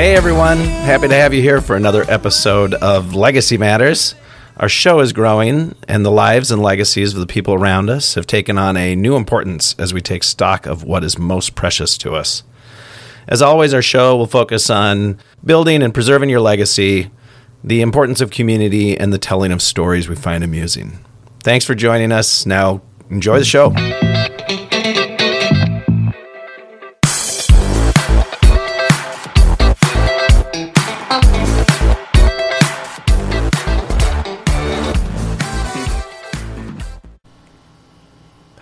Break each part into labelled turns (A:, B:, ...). A: Hey everyone, happy to have you here for another episode of Legacy Matters. Our show is growing, and the lives and legacies of the people around us have taken on a new importance as we take stock of what is most precious to us. As always, our show will focus on building and preserving your legacy, the importance of community, and the telling of stories we find amusing. Thanks for joining us. Now, enjoy the show.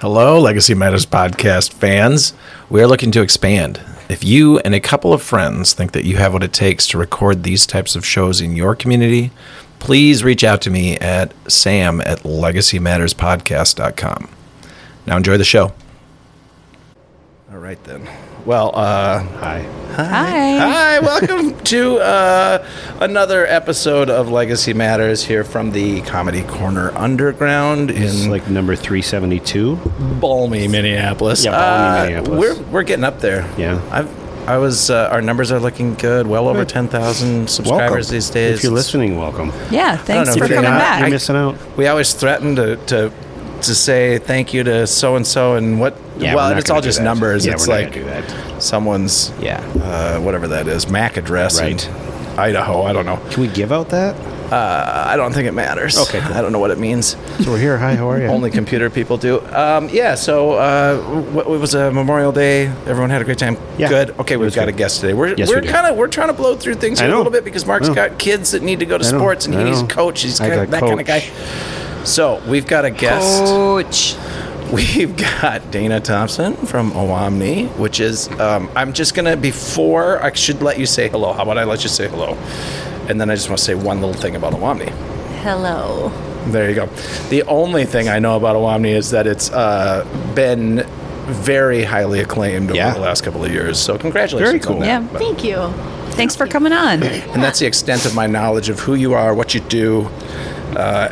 A: Hello, Legacy Matters podcast fans. We are looking to expand. If you and a couple of friends think that you have what it takes to record these types of shows in your community, please reach out to me at sam at legacymatterspodcast.com. Now enjoy the show. All right, then. Well, uh,
B: Hi.
A: Hi, welcome to uh, another episode of Legacy Matters here from the Comedy Corner Underground
C: It's
A: in
C: like number 372.
A: balmy Minneapolis. Uh,
C: Yeah, balmy Minneapolis.
A: We're we're getting up there.
C: Yeah.
A: I've I was uh, our numbers are looking good. Well over ten thousand subscribers
C: Welcome.
A: these days.
C: If you're listening, welcome.
B: Yeah, thanks
A: know
B: for
A: if you're
B: coming
A: not-
C: You're
B: back.
C: missing out.
A: We always threaten to to to say thank you to so and so and what.
C: Yeah, we're
A: well,
C: not
A: it's
C: gonna
A: all
C: do
A: just
C: that.
A: numbers.
C: Yeah,
A: it's
C: we're not
A: like
C: gonna do that.
A: someone's
C: Yeah.
A: uh, whatever that is MAC address in
C: Right.
A: Idaho. I don't know.
C: Can we give out that?
A: I don't think it matters.
C: Okay, cool.
A: I don't know what it means.
C: So we're here. Hi, how are you?
A: Only computer people do. Um, yeah, so uh, what, it was a Memorial Day. Everyone had a great time.
C: Yeah.
A: Good. Okay,
C: It
A: we've
C: was
A: got
C: good.
A: a guest today. We're,
C: Yes,
A: we're
C: we do.
A: kind of we're trying to blow through things
C: I
A: here a
C: know.
A: little bit because Mark's
C: I know.
A: got kids that need to go to
C: I know.
A: sports and
C: I
A: he's a
C: know.
A: coach. He's
C: I
A: kind of
C: got
A: that kind of guy.
C: coach.
A: So we've got a guest.
B: Coach.
A: We've got Dana Thompson from Oamni, which is, um, I'm just going to, before I should let you say hello, how about I let you say hello? And then I just want to say one little thing about Oamni.
B: Hello.
A: There you go. The only thing I know about Awamni is that it's uh, been very highly acclaimed
C: Yeah.
A: over the last couple of years. So congratulations.
C: Very cool.
A: on that.
B: Yeah.
A: But-
D: Thank you.
B: Thanks for coming on.
A: And that's the extent of my knowledge of who you are, what you do. Uh,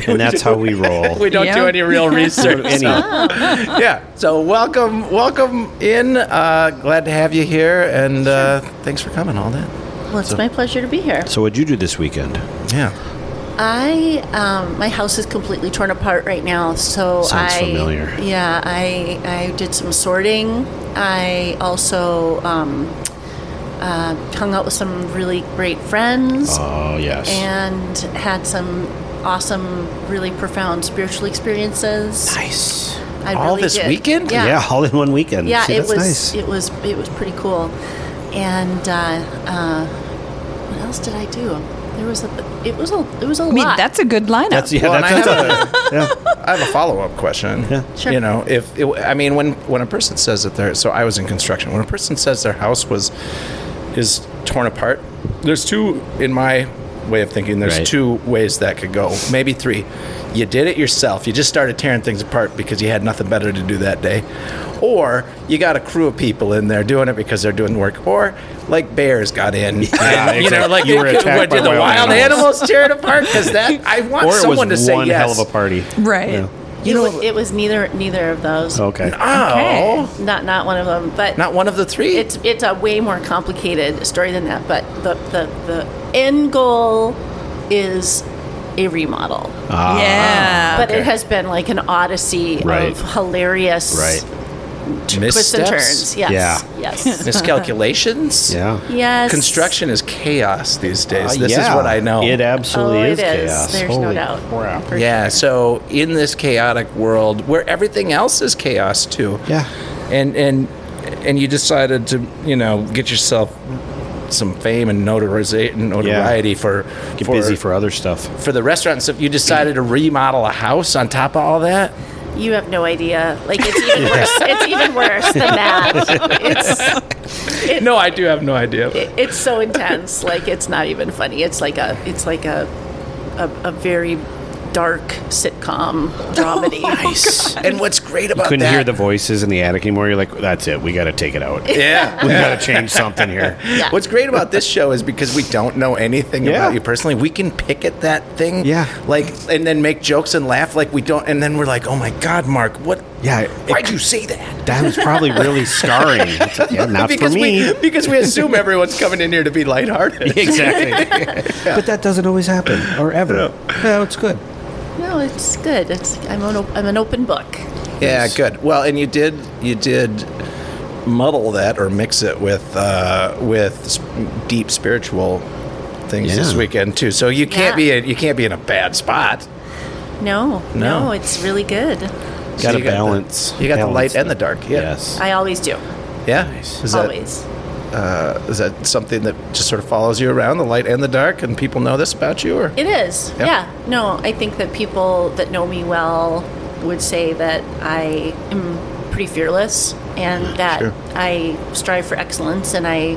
C: And that's how we roll.
A: we don't do
B: Yeah.
A: any real research.
C: Any-
D: Ah.
A: yeah. So welcome, welcome in. Uh, glad to have you here, and uh, thanks for coming. All that.
D: Well, it's my pleasure to be here.
C: so what'd you do this weekend?
A: Yeah.
D: I um, my house is completely torn apart right now, so
C: Sounds
D: I
C: familiar.
D: yeah I I did some sorting. I also um, uh, hung out with some really great friends
C: Oh, yes.
D: and had some awesome, really profound spiritual experiences.
C: nice.
D: I
A: All this weekend?
C: Yeah.
D: Yeah,
C: all in one weekend.
D: Yeah,
C: See,
D: it
C: that's
D: was
C: nice.
D: it was it was pretty cool. And uh, uh, what else did I do? There was a it was a it was a
B: I mean,
D: lot.
B: that's a good lineup.
C: that's yeah,
A: Well, and I
C: that's,
A: have
C: that's yeah.
A: I have a follow up question.
C: Yeah.
D: Sure.
A: You know, if it, I mean, when when a person says that their so I was in construction. When a person says their house was is torn apart, there's two in my way of thinking. There's
C: Right.
A: two ways that could go, maybe three. You did it yourself. You just started tearing things apart because you had nothing better to do that day, or you got a crew of people in there doing it because they're doing work, or like bears got in. you
C: Yeah,
A: know,
C: exactly.
A: like
C: You were
A: it could-
C: attacked by
A: did the
C: wild
A: wild
C: animals.
A: animals tear it apart? Because that I want
C: Or it was
A: someone
C: one
A: to say yes.
C: hell of a party.
B: Right.
C: Yeah.
D: You know, it was neither neither of those. Eh,
C: Okay.
A: Oh,
D: Not not one of them, but
A: not one of the three.
D: it's it's a way more complicated story than that. But the the, the end goal is a remodel.
C: Ah,
B: yeah.
D: but
A: okay.
D: it has been like an odyssey
C: Right.
D: of hilarious
C: Right.
D: twists and turns. Yes.
C: Yeah.
D: Yes.
A: miscalculations.
C: Yeah.
D: yes.
A: Construction is chaos these days.
C: Uh,
A: this
C: yeah.
A: is what I know.
C: It absolutely
D: Oh, it
C: is,
D: is.
C: chaos.
D: There's no
C: Holy
D: doubt.
C: crap.
D: For
A: yeah. So in this chaotic world where everything else is chaos too.
C: Yeah.
A: And and and you decided to you know get yourself some fame and notoriza- notoriety for
C: Get busy for other stuff.
A: for the restaurant and stuff. You decided to remodel a house on top of all that.
D: You have no idea. Like it's even worse. It's even worse than that. It's it,
A: No, I do have no idea.
D: it- it's so intense. Like it's not even funny. It's like a it's like a a, a very dark sitcom dramedy. Oh,
A: Nice. and what's great about
C: Couldn't
A: that?
C: hear the voices in the attic anymore. You're like, that's it. We got to take it out. we
A: yeah.
C: got to change something here.
D: Yeah.
A: What's great about this show is because we don't know anything
C: Yeah.
A: about you personally, we can pick at that thing.
C: Yeah.
A: Like, and then make jokes and laugh like we don't. And then we're like, oh my God, Mark, what?
C: Yeah, it-
A: Why'd you say that?
C: That was probably really scarring. It's like, yeah, not for
A: because
C: me.
A: we because we assume everyone's coming in here to be lighthearted.
C: exactly. But that doesn't always happen or ever. Yeah, it's good.
D: no, it's good. It's I'm an op- I'm an open book.
A: Yeah, good. Well, and you did you did muddle that or mix it with uh, with s- deep spiritual things this
C: Yeah.
A: weekend too. So you can't be
D: Yeah.
A: in, you can't be in a bad spot.
D: No,
A: No.
D: no, it's really good.
C: Got
A: So
C: to
A: you got the-
C: balance.
A: you got the
C: balance
A: light and
C: that.
A: the dark, yeah.
C: Yes.
D: I always do.
A: Yeah, is that
D: always.
A: uh, is that something that just sort of follows you around, the light and the dark, and people know this about you? Or
D: It is.
A: Yep.
D: Yeah. No, I think that people that know me well would say that I am pretty fearless and that
A: Sure.
D: I strive for excellence and I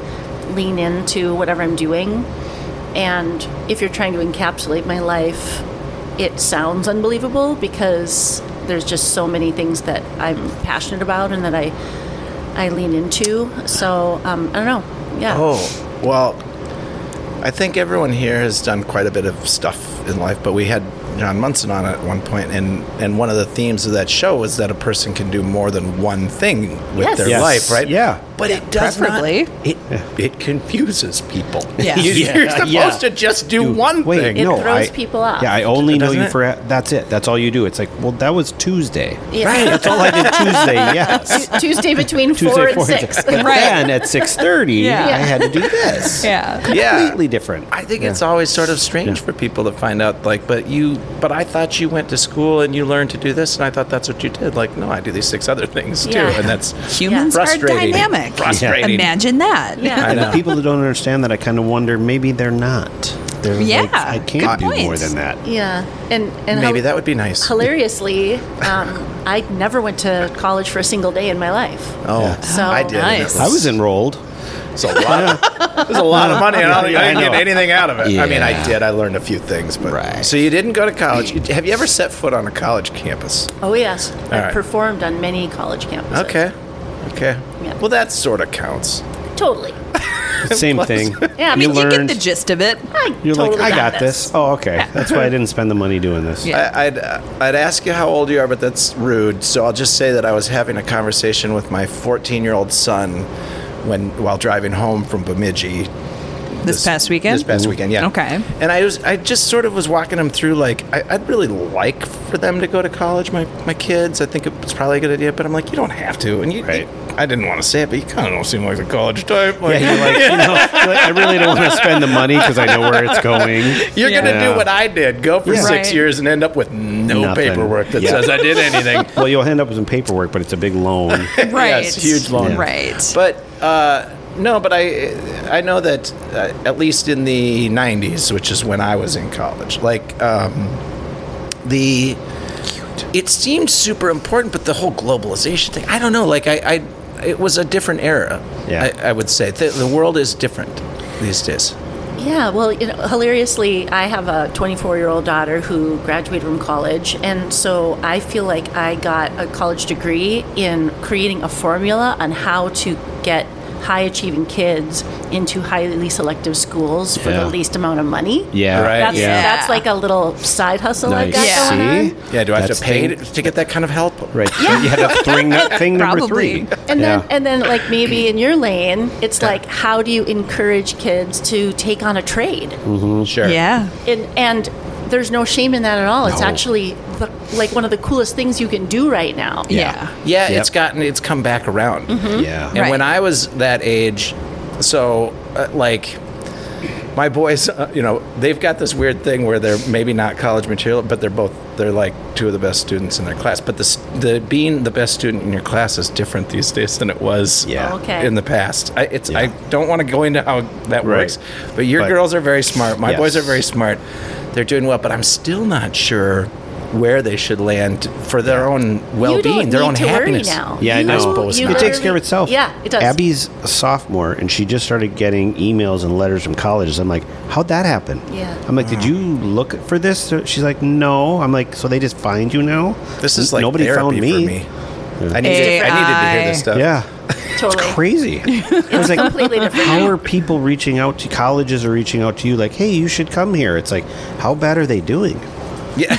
D: lean into whatever I'm doing. And if you're trying to encapsulate my life, it sounds unbelievable because there's just so many things that I'm passionate about and that I I lean into. So um, I don't know. Yeah.
A: oh, well, I think everyone here has done quite a bit of stuff in life, but we had John Munson on at one point, and and one of the themes of that show was that a person can do more than one thing with
D: Yes.
A: their
D: Yes.
A: life, right?
C: Yeah.
A: but it does
B: Preferably.
A: not. It it confuses people.
B: Yeah.
A: You- you're
C: Yeah,
A: supposed
C: yeah.
A: to just do one
C: Wait,
A: thing.
D: It
C: no,
D: throws
C: I,
D: people off.
C: Yeah, I only know
A: Doesn't
C: you
A: it?
C: for that's it. That's all you do. It's like, well, that was Tuesday.
D: Yeah.
A: Right.
C: That's all I did Tuesday. Yes.
D: Tu- Tuesday between
C: Tuesday
D: four and
C: four
D: six.
C: But then at six thirty,
B: Yeah.
C: I had to do this.
B: Yeah.
A: Yeah.
C: completely different.
A: I think it's always sort of strange for people to find out, like, but you, but I thought you went to school and you learned to do this, and I thought that's what you did. Like, no, I do these six other things too,
D: Yeah.
A: and that's
B: Humans are
A: Frustrating.
B: dynamic.
A: Frustrating.
B: Imagine that.
D: Yeah.
A: I
C: and
A: know.
C: the people that don't understand that, I kind of wonder maybe they're not. They're like,
B: Yeah,
C: I can't
B: good
C: do more
B: point.
C: than that.
D: Yeah, and and
A: maybe
D: hil-
A: that would be nice.
D: hilariously, um, I never went to college for a single day in my life.
A: Oh,
D: So-
A: I did. and it
B: Nice.
C: I was enrolled.
A: It's a lot. There's a lot of money, and I, don't- I didn't
C: I know.
A: get anything out of it. I mean, I
C: Yeah.
A: did. I learned a few things, but
C: Right.
A: so you didn't go to college. You- Have you ever set foot on a college campus?
D: Oh yes, I
A: right.
D: performed on many college campuses.
A: Okay, okay.
D: Yeah.
A: Well, that sort of counts.
D: totally.
C: Same thing.
D: Yeah, I
B: I mean, you, get
C: learned.
B: the gist of it.
D: I
C: you're
D: totally
C: like, I
D: got,
C: this. Oh, okay. That's why I didn't spend the money doing this.
B: Yeah.
A: I, I'd uh, I'd ask you how old you are, but that's rude. So I'll just say that I was having a conversation with my 14 year old son when while driving home from Bemidji.
B: This past weekend?
A: This
C: Mm-hmm.
A: past weekend, yeah.
B: Okay.
A: And I was I just sort of was walking him through like I, I'd really like for them to go to college, my my kids. I think it's probably a good idea, but I'm like you don't have to. And you,
C: Right.
A: I didn't want to say it, but you kind of don't seem like the college type. Like,
C: You're like, you know, you're like, I really don't want to spend the money because I know where it's going.
A: You're going to
C: Yeah.
A: do what I did. Go for
C: Yeah.
A: six
B: Right.
A: years and end up with no
C: Nothing.
A: paperwork that
C: Yeah.
A: says I did anything.
C: Well, you'll end up with some paperwork, but it's a big loan.
B: Right.
A: Yes, huge loan.
B: Right.
A: But uh, no, but I I know that uh, at least in the '90s, which is when I was in college, like um, the it seemed super important, but the whole globalization thing, I don't know. Like I, I it was a different era.
C: Yeah.
A: I, I would say the, the world is different these days.
D: Yeah, well, you know, hilariously, I have a 24 year old daughter who graduated from college, and so I feel like I got a college degree in creating a formula on how to get high achieving kids into highly selective schools for
C: Yeah.
D: the least amount of money.
C: Yeah.
A: Right.
D: That's,
C: Yeah.
D: that's like a little side hustle I've got
B: Nice. Yeah.
D: going on.
C: See?
A: Yeah. Do I have
C: Mm-hmm. That's
A: to pay
C: thing-
A: to get that kind of help?
C: Right. Yeah, that's thing, thing number
B: Probably.
C: three.
D: And
C: Yeah.
D: then, and then, like maybe in your lane, it's like, how do you encourage kids to take on a trade?
C: Mm.
A: Sure.
B: Yeah.
D: and and there's no shame in that at all. It's
C: No.
D: actually the, like one of the coolest things you can do right now.
B: Yeah.
A: Yeah.
C: Yep.
A: It's gotten it's come back around.
C: Mm-hmm. yeah.
A: And when
B: Right.
A: I was that age, so uh, like my boys, uh, you know, they've got this weird thing where they're maybe not college material, but they're both they're like two of the best students in their class. But the s- the being the best student in your class is different these days than it was
C: Yeah.
D: Oh, Okay.
A: in the past. I, it's I
C: Yeah.
A: don't want to go into how that
C: Right.
A: works, but your
C: But-
A: girls are very smart. My boys
C: Yes.
A: are very smart. They're doing well, but I'm still not sure where they should land for their own well-being,
D: you don't
A: their
D: need
A: own
D: to
A: happiness.
D: Worry now.
A: Yeah,
D: you,
A: I suppose
D: you
A: not.
D: literally-
A: It
C: It takes care of itself.
D: Yeah, it does.
C: Abby's a sophomore, and she just started getting emails and letters from colleges. I'm like, how'd that happen?
D: Yeah.
C: I'm like, did you look for this? She's like, no. I'm like, so they just find you now?
A: This is like
C: nobody
A: therapy
C: found
A: for
C: me.
A: me. I needed, I needed to hear this stuff.
C: Yeah,
D: totally
C: crazy. I was like,
D: completely different.
C: how are people reaching out to colleges or reaching out to you? Like, hey, you should come here. It's like, how bad are they doing?
A: Yeah,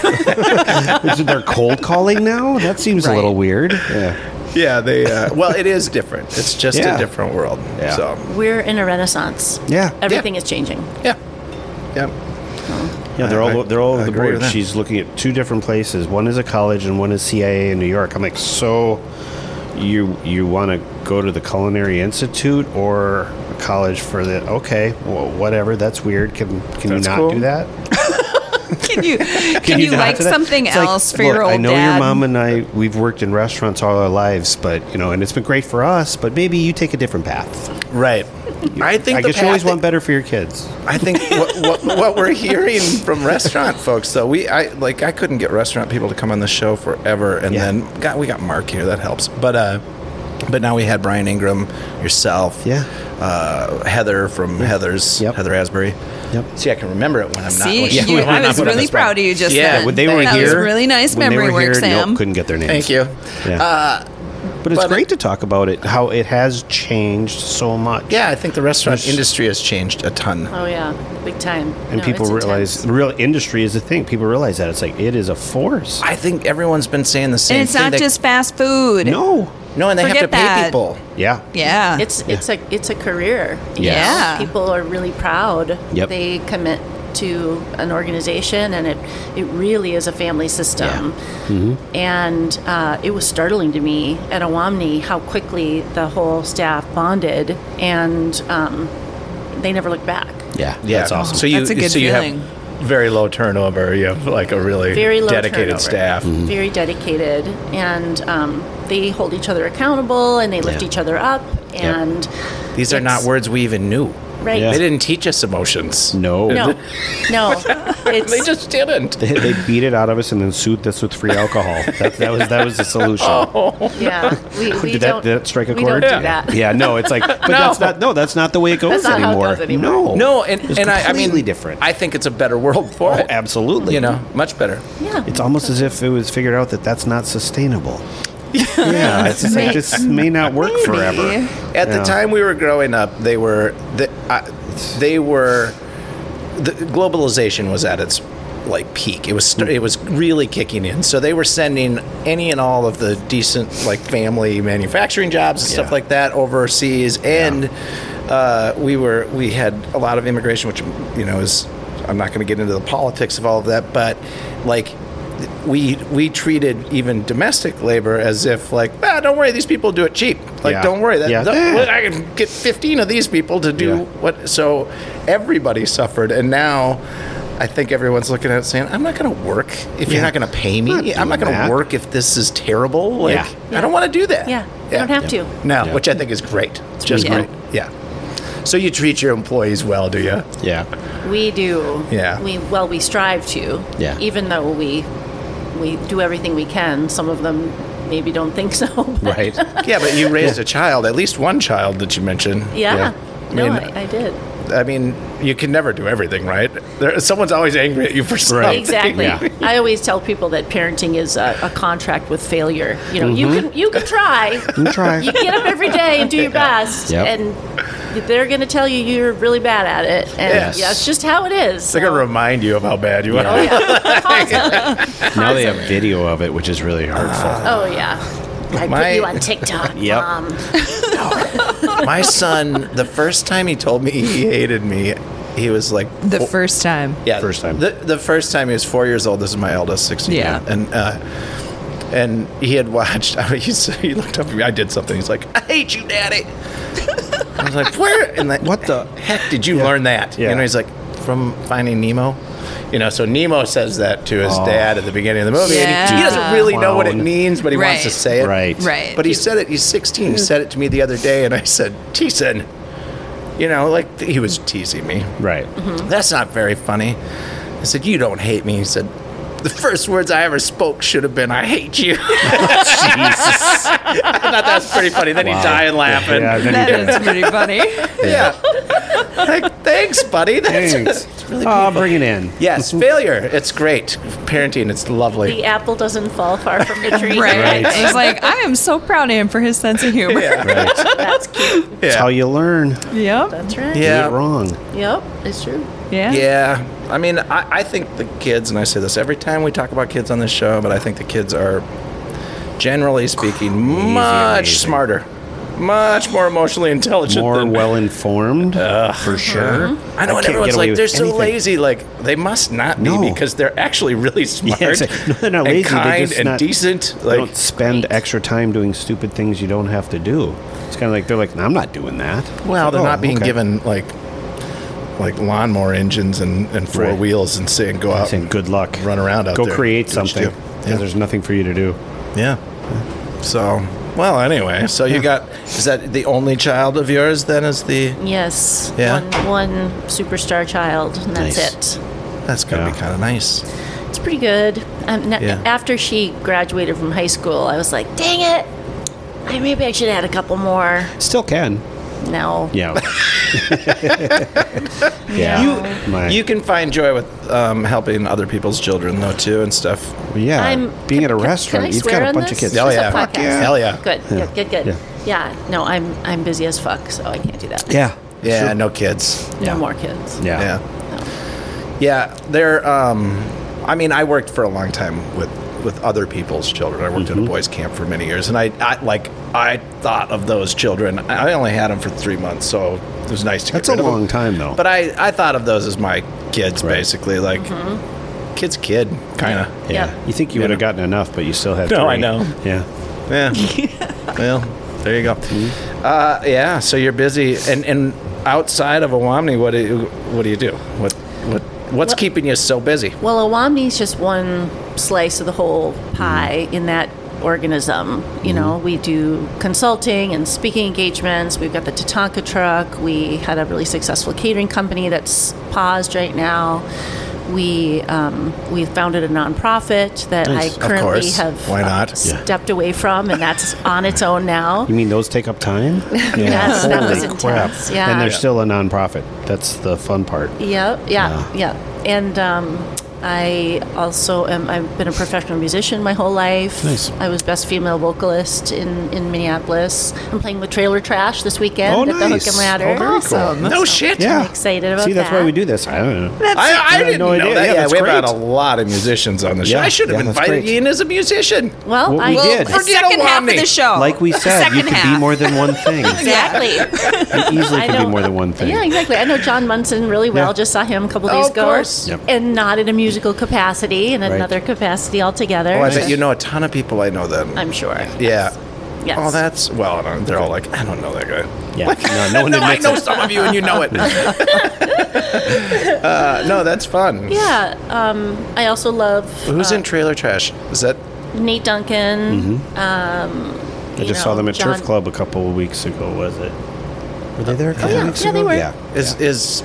C: Is it they're cold calling now? That seems a
B: Right.
C: little weird. Yeah.
A: yeah. They uh, well, it is different. It's just
C: Yeah.
A: a different world.
C: Yeah.
A: So
D: We're in a renaissance.
C: Yeah.
D: Everything is changing.
A: yeah, yeah.
C: Yeah, they're
A: I-
C: all they're all
A: I
C: over the
A: agree with
C: board.
A: that.
C: She's looking at two different places. One is a college, and one is CIA in New York. I'm like, so you you want to go to the Culinary Institute or a college for the? Okay, well, whatever. That's weird. Can can
A: That's
C: you not
A: cool.
C: do that?
B: Can you can, you,
C: not
B: like
C: do that?
B: something
C: It's like,
B: else for
C: look,
B: your old
C: I know
B: dad?
C: your mom and I. We've worked in restaurants all our lives, but you know, and it's been great for us. But maybe you take a different path.
A: Right. I think
C: I
A: the
C: guess you always
A: path-
C: want better for your kids.
A: I think what, what, what we're hearing from restaurant folks, though, we I like I couldn't get restaurant people to come on the show forever, and
C: Yeah.
A: then God, we got Mark here that helps, but uh, but now we had Brian Ingram, yourself,
C: Yeah.
A: uh, Heather from Heather's,
C: Yep.
A: Heather Asbury.
C: Yep.
A: See, I can remember it when I'm not.
B: See,
A: when she's
B: you,
A: not.
B: I was
A: Put on the
B: really
A: spot.
B: proud of you just
A: Yeah,
B: then.
A: when
C: they were
B: that
C: here.
B: was really nice
C: when they
B: memory
C: were
B: work,
C: here,
B: Sam.
C: Nope, couldn't get their names.
A: Thank you.
C: Yeah. but it's
A: but
C: great to talk about it. How it has changed so much.
A: Yeah, I think the restaurant
C: There's-
A: industry has changed a ton.
D: Oh yeah, big time.
C: And
D: No,
C: people
D: it's
C: realize
D: intense.
C: the real industry is the thing. People realize that it's like it is a force.
A: I think everyone's been saying the same
B: and it's
A: thing.
B: not
A: They-
B: just fast food.
C: no.
A: no, and they have
B: forget
A: to pay
B: that.
A: people.
C: Yeah.
B: Yeah.
D: it's it's a it's a career. you
C: Yes.
D: know?
B: Yeah.
D: People are really proud.
C: Yep.
D: They commit to an organization, and it it really is a family system. And uh, it was startling to me at Awamni how quickly the whole staff bonded, and um, they never looked back.
C: Yeah.
A: Yeah,
C: That's awesome.
A: So you,
B: That's a good
A: so you
B: feeling.
A: have very low turnover. You have like a really
D: very low
A: dedicated
D: turnover,
A: staff.
C: Mm-hmm.
A: Mm-hmm.
D: very dedicated, and um, they hold each other accountable and they lift
C: Yeah.
D: each other up. And
A: These are not
D: it's-
A: words we even knew.
D: right.
C: Yeah.
A: They didn't teach us emotions.
C: No.
D: No, no, it's
A: They just didn't.
C: They, they beat it out of us and then soothed us with free alcohol. That, that was that was the solution.
D: yeah. We, we
C: did,
D: don't
C: that, did that strike a
D: we
C: chord?
D: Don't do
C: yeah.
D: that.
C: yeah, no, it's like, but that's not no, that's not the way it goes
D: That's not how it
C: anymore.
D: goes anymore.
C: No,
A: No, and,
C: It's
A: and I, I mean,
C: completely different.
A: I think it's a better world for
C: oh,
A: it.
C: absolutely.
A: You know, much better.
D: Yeah.
C: It's almost as if it was figured out that that's not sustainable. yeah, it's just like this may not work forever.
A: At the
C: Yeah.
A: time we were growing up, they were they, I they were the globalization was at its like peak. It was st- it was really kicking in. So they were sending any and all of the decent like family manufacturing jobs and
C: Yeah.
A: stuff like that overseas, and uh, we were we had a lot of immigration, which you know is I'm not going to get into the politics of all of that, but like we we treated even domestic labor as if like ah, don't worry these people do it cheap like
C: Yeah.
A: don't worry that
C: Yeah.
A: don't-
C: Yeah.
A: I can get 15 of these people to do
C: Yeah.
A: what. So everybody suffered, and now I think everyone's looking at it saying, "I'm not going to work if you're
C: Yeah.
A: not going to pay me.
C: Not doing
A: I'm not going
C: that."
A: to work if this is terrible. Like
C: Yeah.
A: I don't want to do that.
D: Yeah, you don't have to.
A: No,
C: Yeah.
A: which I think is great. It's just
B: really
A: great. Yeah. So you treat your employees well, do you?
C: Yeah,
D: we do.
A: Yeah.
D: We well, we strive to.
C: Yeah.
D: Even though we we do everything we can, some of them maybe don't think so. but-
C: right.
A: yeah, but you raised a child, at least one child that you mentioned.
D: Yeah.
A: I
D: No,
A: mean,
D: I, I did.
A: I mean, you can never do everything, right? There, someone's always angry at you for something.
D: Exactly.
C: Yeah.
D: I always tell people that parenting is a, a contract with failure. You know, you
C: Mm-hmm.
D: can you can try.
C: You try.
D: You get up every day and do your best,
C: Yep.
D: and they're going to tell you you're really bad at it, and
A: Yes.
D: yeah, it's just how it is.
A: They're going to remind you of how bad you are.
D: oh yeah.
C: Now they have video of it, which is really hurtful.
D: Oh yeah. I
A: My-
D: put you on TikTok, Um,
C: Yep.
D: mom.
A: My son, the first time he told me he hated me, he was like
B: The
A: fo-
B: first time.
A: yeah,
C: First time.
A: The, the first time he was four years old. This is my eldest, sixteen.
B: Yeah.
A: and uh, and he had watched. he, s- he looked up at me. I did something. He's like, "I hate you, daddy." I was like, "Where in the
C: What the-
A: heck did you learn that?"
C: Yeah.
A: You know, he's like, "From Finding Nemo." You know, so Nemo says that to his
C: Oh.
A: dad at the beginning of the movie. and he- he,
B: Yeah.
A: doesn't really know what it
C: Clown.
A: means, but he wants to
B: Right.
A: say it.
C: Right.
B: Right.
A: But he said it. He's 16. He said it to me the other day, and I said, "Teason," you know, like he was teasing me.
C: Right.
A: Mm-hmm. That's not very funny. I said, "You don't hate me." He said, the first words I ever spoke should have been, I hate you. I thought that was pretty funny. Then
C: Wow.
A: he died laughing.
C: Yeah,
A: Yeah.
C: then you
B: That is pretty funny.
A: Like, Thanks, buddy. That's,
C: Thanks.
A: that's really
C: Aw,
A: beautiful.
C: bring it in.
A: Yes, failure. It's great. Parenting, it's lovely.
D: The apple doesn't fall far from the tree.
B: Right.
C: Right.
B: It's like, I am so proud of him for his sense of humor.
A: Yeah.
C: Right.
D: That's cute.
C: That's how
A: Yeah.
C: you learn.
B: Yep.
D: That's right.
A: Yeah.
C: Yeah. wrong.
D: Yep. It's true.
B: Yeah.
A: Yeah. I mean, I, I think the kids, and I say this every time we talk about kids on this show, but I think the kids are, generally speaking, much
C: amazing.
A: smarter, much more emotionally intelligent
C: More
A: than
C: well informed, for sure.
A: Mm-hmm. I know, and
C: can't
A: everyone's
C: get away
A: like,
C: with
A: they're so
C: anything.
A: lazy. Like, they must not be
C: No.
A: because they're actually really smart
C: Yeah, it's like, no, they're
A: and
C: not lazy. They're
A: kind
C: just
A: and
C: not-
A: decent.
C: They
A: Like,
C: don't spend extra time doing stupid things you don't have to do. It's kind of like they're like, "No, I'm not doing that.
A: well, they're
C: Oh,
A: not being
C: okay.
A: given like like lawnmower engines and, and four
C: Right.
A: wheels and say and go out
C: Saying
A: and
C: good luck.
A: Oh. run around out
C: Go
A: there.
C: create
A: Do what you
C: something
A: do.
C: because
A: Yeah.
C: there's nothing for you to do.
A: Yeah. So, well, anyway, so you got is that the only child of yours? Then is the
D: Yes.
A: Yeah.
D: One, one superstar child, and that's
C: Nice.
D: it.
A: that's gonna be
C: Yeah.
A: kind of nice.
D: It's pretty good. Um, na-
A: Yeah.
D: After she graduated from high school, I was like, dang it. I maybe I should add a couple more.
C: Still can.
D: No.
C: Yeah. yeah.
A: You
C: My-
A: you can find joy with um, helping other people's children though too and stuff.
C: yeah.
D: I'm-
C: being at a
D: can-
C: restaurant,
D: can I
C: you've
D: swear
C: got a
D: on
C: bunch of
D: this?
C: kids.
A: Oh,
D: It's a
A: yeah.
D: podcast.
A: Fuck yeah. Hell yeah.
D: Good.
C: Yeah.
D: Good. Good. Good.
C: Yeah.
D: Yeah. No, I'm I'm busy as fuck, so I can't do that.
C: Yeah.
A: Yeah,
C: Sure.
A: no kids.
D: No
C: Yeah.
D: more kids.
C: Yeah.
A: Yeah. Yeah, they're um I mean, I worked for a long time with with other people's children. I worked
C: Mm-hmm.
A: at a boys camp for many years and I, I like I thought of those children. I only had them for 3 months, so it was nice to
C: That's
A: get
C: a
A: rid of
C: long
A: them.
C: time though.
A: But I I thought of those as my kids
C: Right.
A: basically like kid's kid kind of.
C: yeah.
D: Yep.
C: You think you would have gotten enough, but you still had.
A: No, I
C: three.
A: know.
C: Yeah. Mm-hmm.
A: Yeah. well, there you go. Uh, yeah. So you're busy, and and outside of Awamni, what do you, what do you do? What what what's
D: Well-
A: keeping you so busy?
D: Well, Awamni's just one slice of the whole pie
A: Mm.
D: in that organism.
A: Mm-hmm.
D: You know, we do consulting and speaking engagements. We've got the Tatanka truck. We had a really successful catering company that's paused right now. We um, we founded a nonprofit that
C: Nice.
D: I
C: Of
D: currently
A: course.
D: have
A: Why
D: uh,
A: not? Yeah.
D: stepped away from, and that's on its own now.
C: You mean those take up time? Yeah.
D: Yes, that was
C: Holy crap.
D: intense, yeah.
C: And they're
D: Yeah.
C: still a nonprofit. That's the fun part.
D: Yeah, yeah, yeah. And um, I also am. I've been a professional musician my whole life.
C: Nice.
D: I was best female vocalist in, in Minneapolis. I'm playing with Trailer Trash this weekend
C: Oh,
D: at the Hook
C: nice.
D: and Ladder.
C: Oh, very cool.
B: Awesome.
A: No shit.
C: Yeah.
D: excited about
C: See, that's
D: that.
C: why we do this. I don't know.
A: I, I
C: had
A: didn't
C: no
A: know
C: idea.
A: that.
C: Yeah,
A: Yeah,
C: that's
A: we've had
C: great.
A: a lot of musicians on the show.
C: Yeah,
A: I should have
C: yeah, that's
A: invited
C: great.
A: you in as a musician.
D: Well,
C: Well,
D: I
C: we did.
B: The
A: Forget
B: second half of
A: Awamni.
B: the show.
C: Like we said, you can
B: Second
C: be
B: half.
C: more than one thing.
D: Exactly.
C: You easily
D: I
C: can
D: know-
C: be more than one thing.
D: Yeah, exactly. I know John Munson really well.
C: Yeah.
D: Just saw him a couple
A: Oh,
D: days
A: of
D: ago,
A: course.
C: Yep.
D: and not in a musical capacity, in another capacity altogether.
A: Oh, I bet you know a ton of people I know then.
D: I'm sure.
A: yeah.
D: Yes.
A: Oh, that's well. no, They're all like, I don't know that guy.
C: Yeah. No, no one
A: no, I
C: admits
A: know
C: it.
A: some of you, and you know it. uh, no, that's fun.
D: Yeah. Um, I also love
A: Who's in Trailer Trash? Is that
D: Nate Duncan.
C: Mm-hmm.
D: um,
C: I just saw them at Turf Club a couple of weeks ago, was it? Were they there a couple
D: yeah.
C: weeks
D: Yeah,
C: ago?
D: they were.
C: Yeah.
A: Is is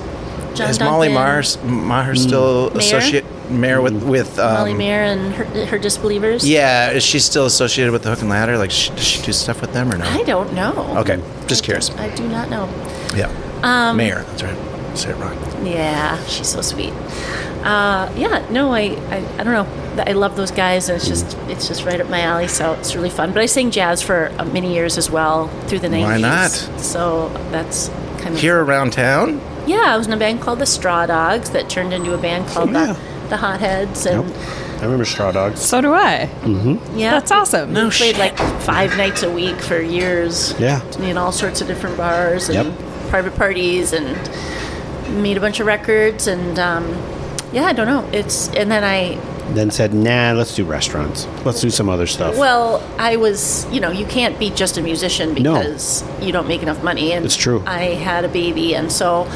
D: John
A: is Molly
D: Duncan.
A: Mars Maher still
D: Mayer?
A: associate mayor with with um,
D: Molly Mayer and her, her disbelievers.
A: Yeah, is she still associated with the Hook and Ladder? Like, sh does she do stuff with them or no?
D: I don't know.
A: okay, just curious.
D: I do not know.
A: Yeah, um, mayor. That's right. Say it wrong.
D: Yeah, she's so sweet. Uh, yeah, no, I, I, I don't know. I love those guys, and it's just,
C: Mm-hmm.
D: it's just right up my alley. So it's really fun. But I sang jazz for uh, many years as well through the
A: Why
D: nineties.
A: not?
D: So that's kind of
A: Here around town.
D: Yeah, I was in a band called the Straw Dogs that turned into a band called
C: Oh, yeah.
D: the, the Hotheads, and
C: Nope. I remember Straw Dogs.
B: so do I.
D: yeah,
B: That's awesome.
A: No
D: played
A: shit.
D: like five nights a week for years.
C: Oh, Yeah.
D: In all sorts of different bars and
C: Yep.
D: private parties and made a bunch of records and um, yeah, I don't know. It's and then I
C: Then said, nah, let's do restaurants. Let's do some other stuff.
D: well, I was you know you can't be just a musician
C: No.
D: because you don't make enough money and
C: It's true.
D: I had a baby and so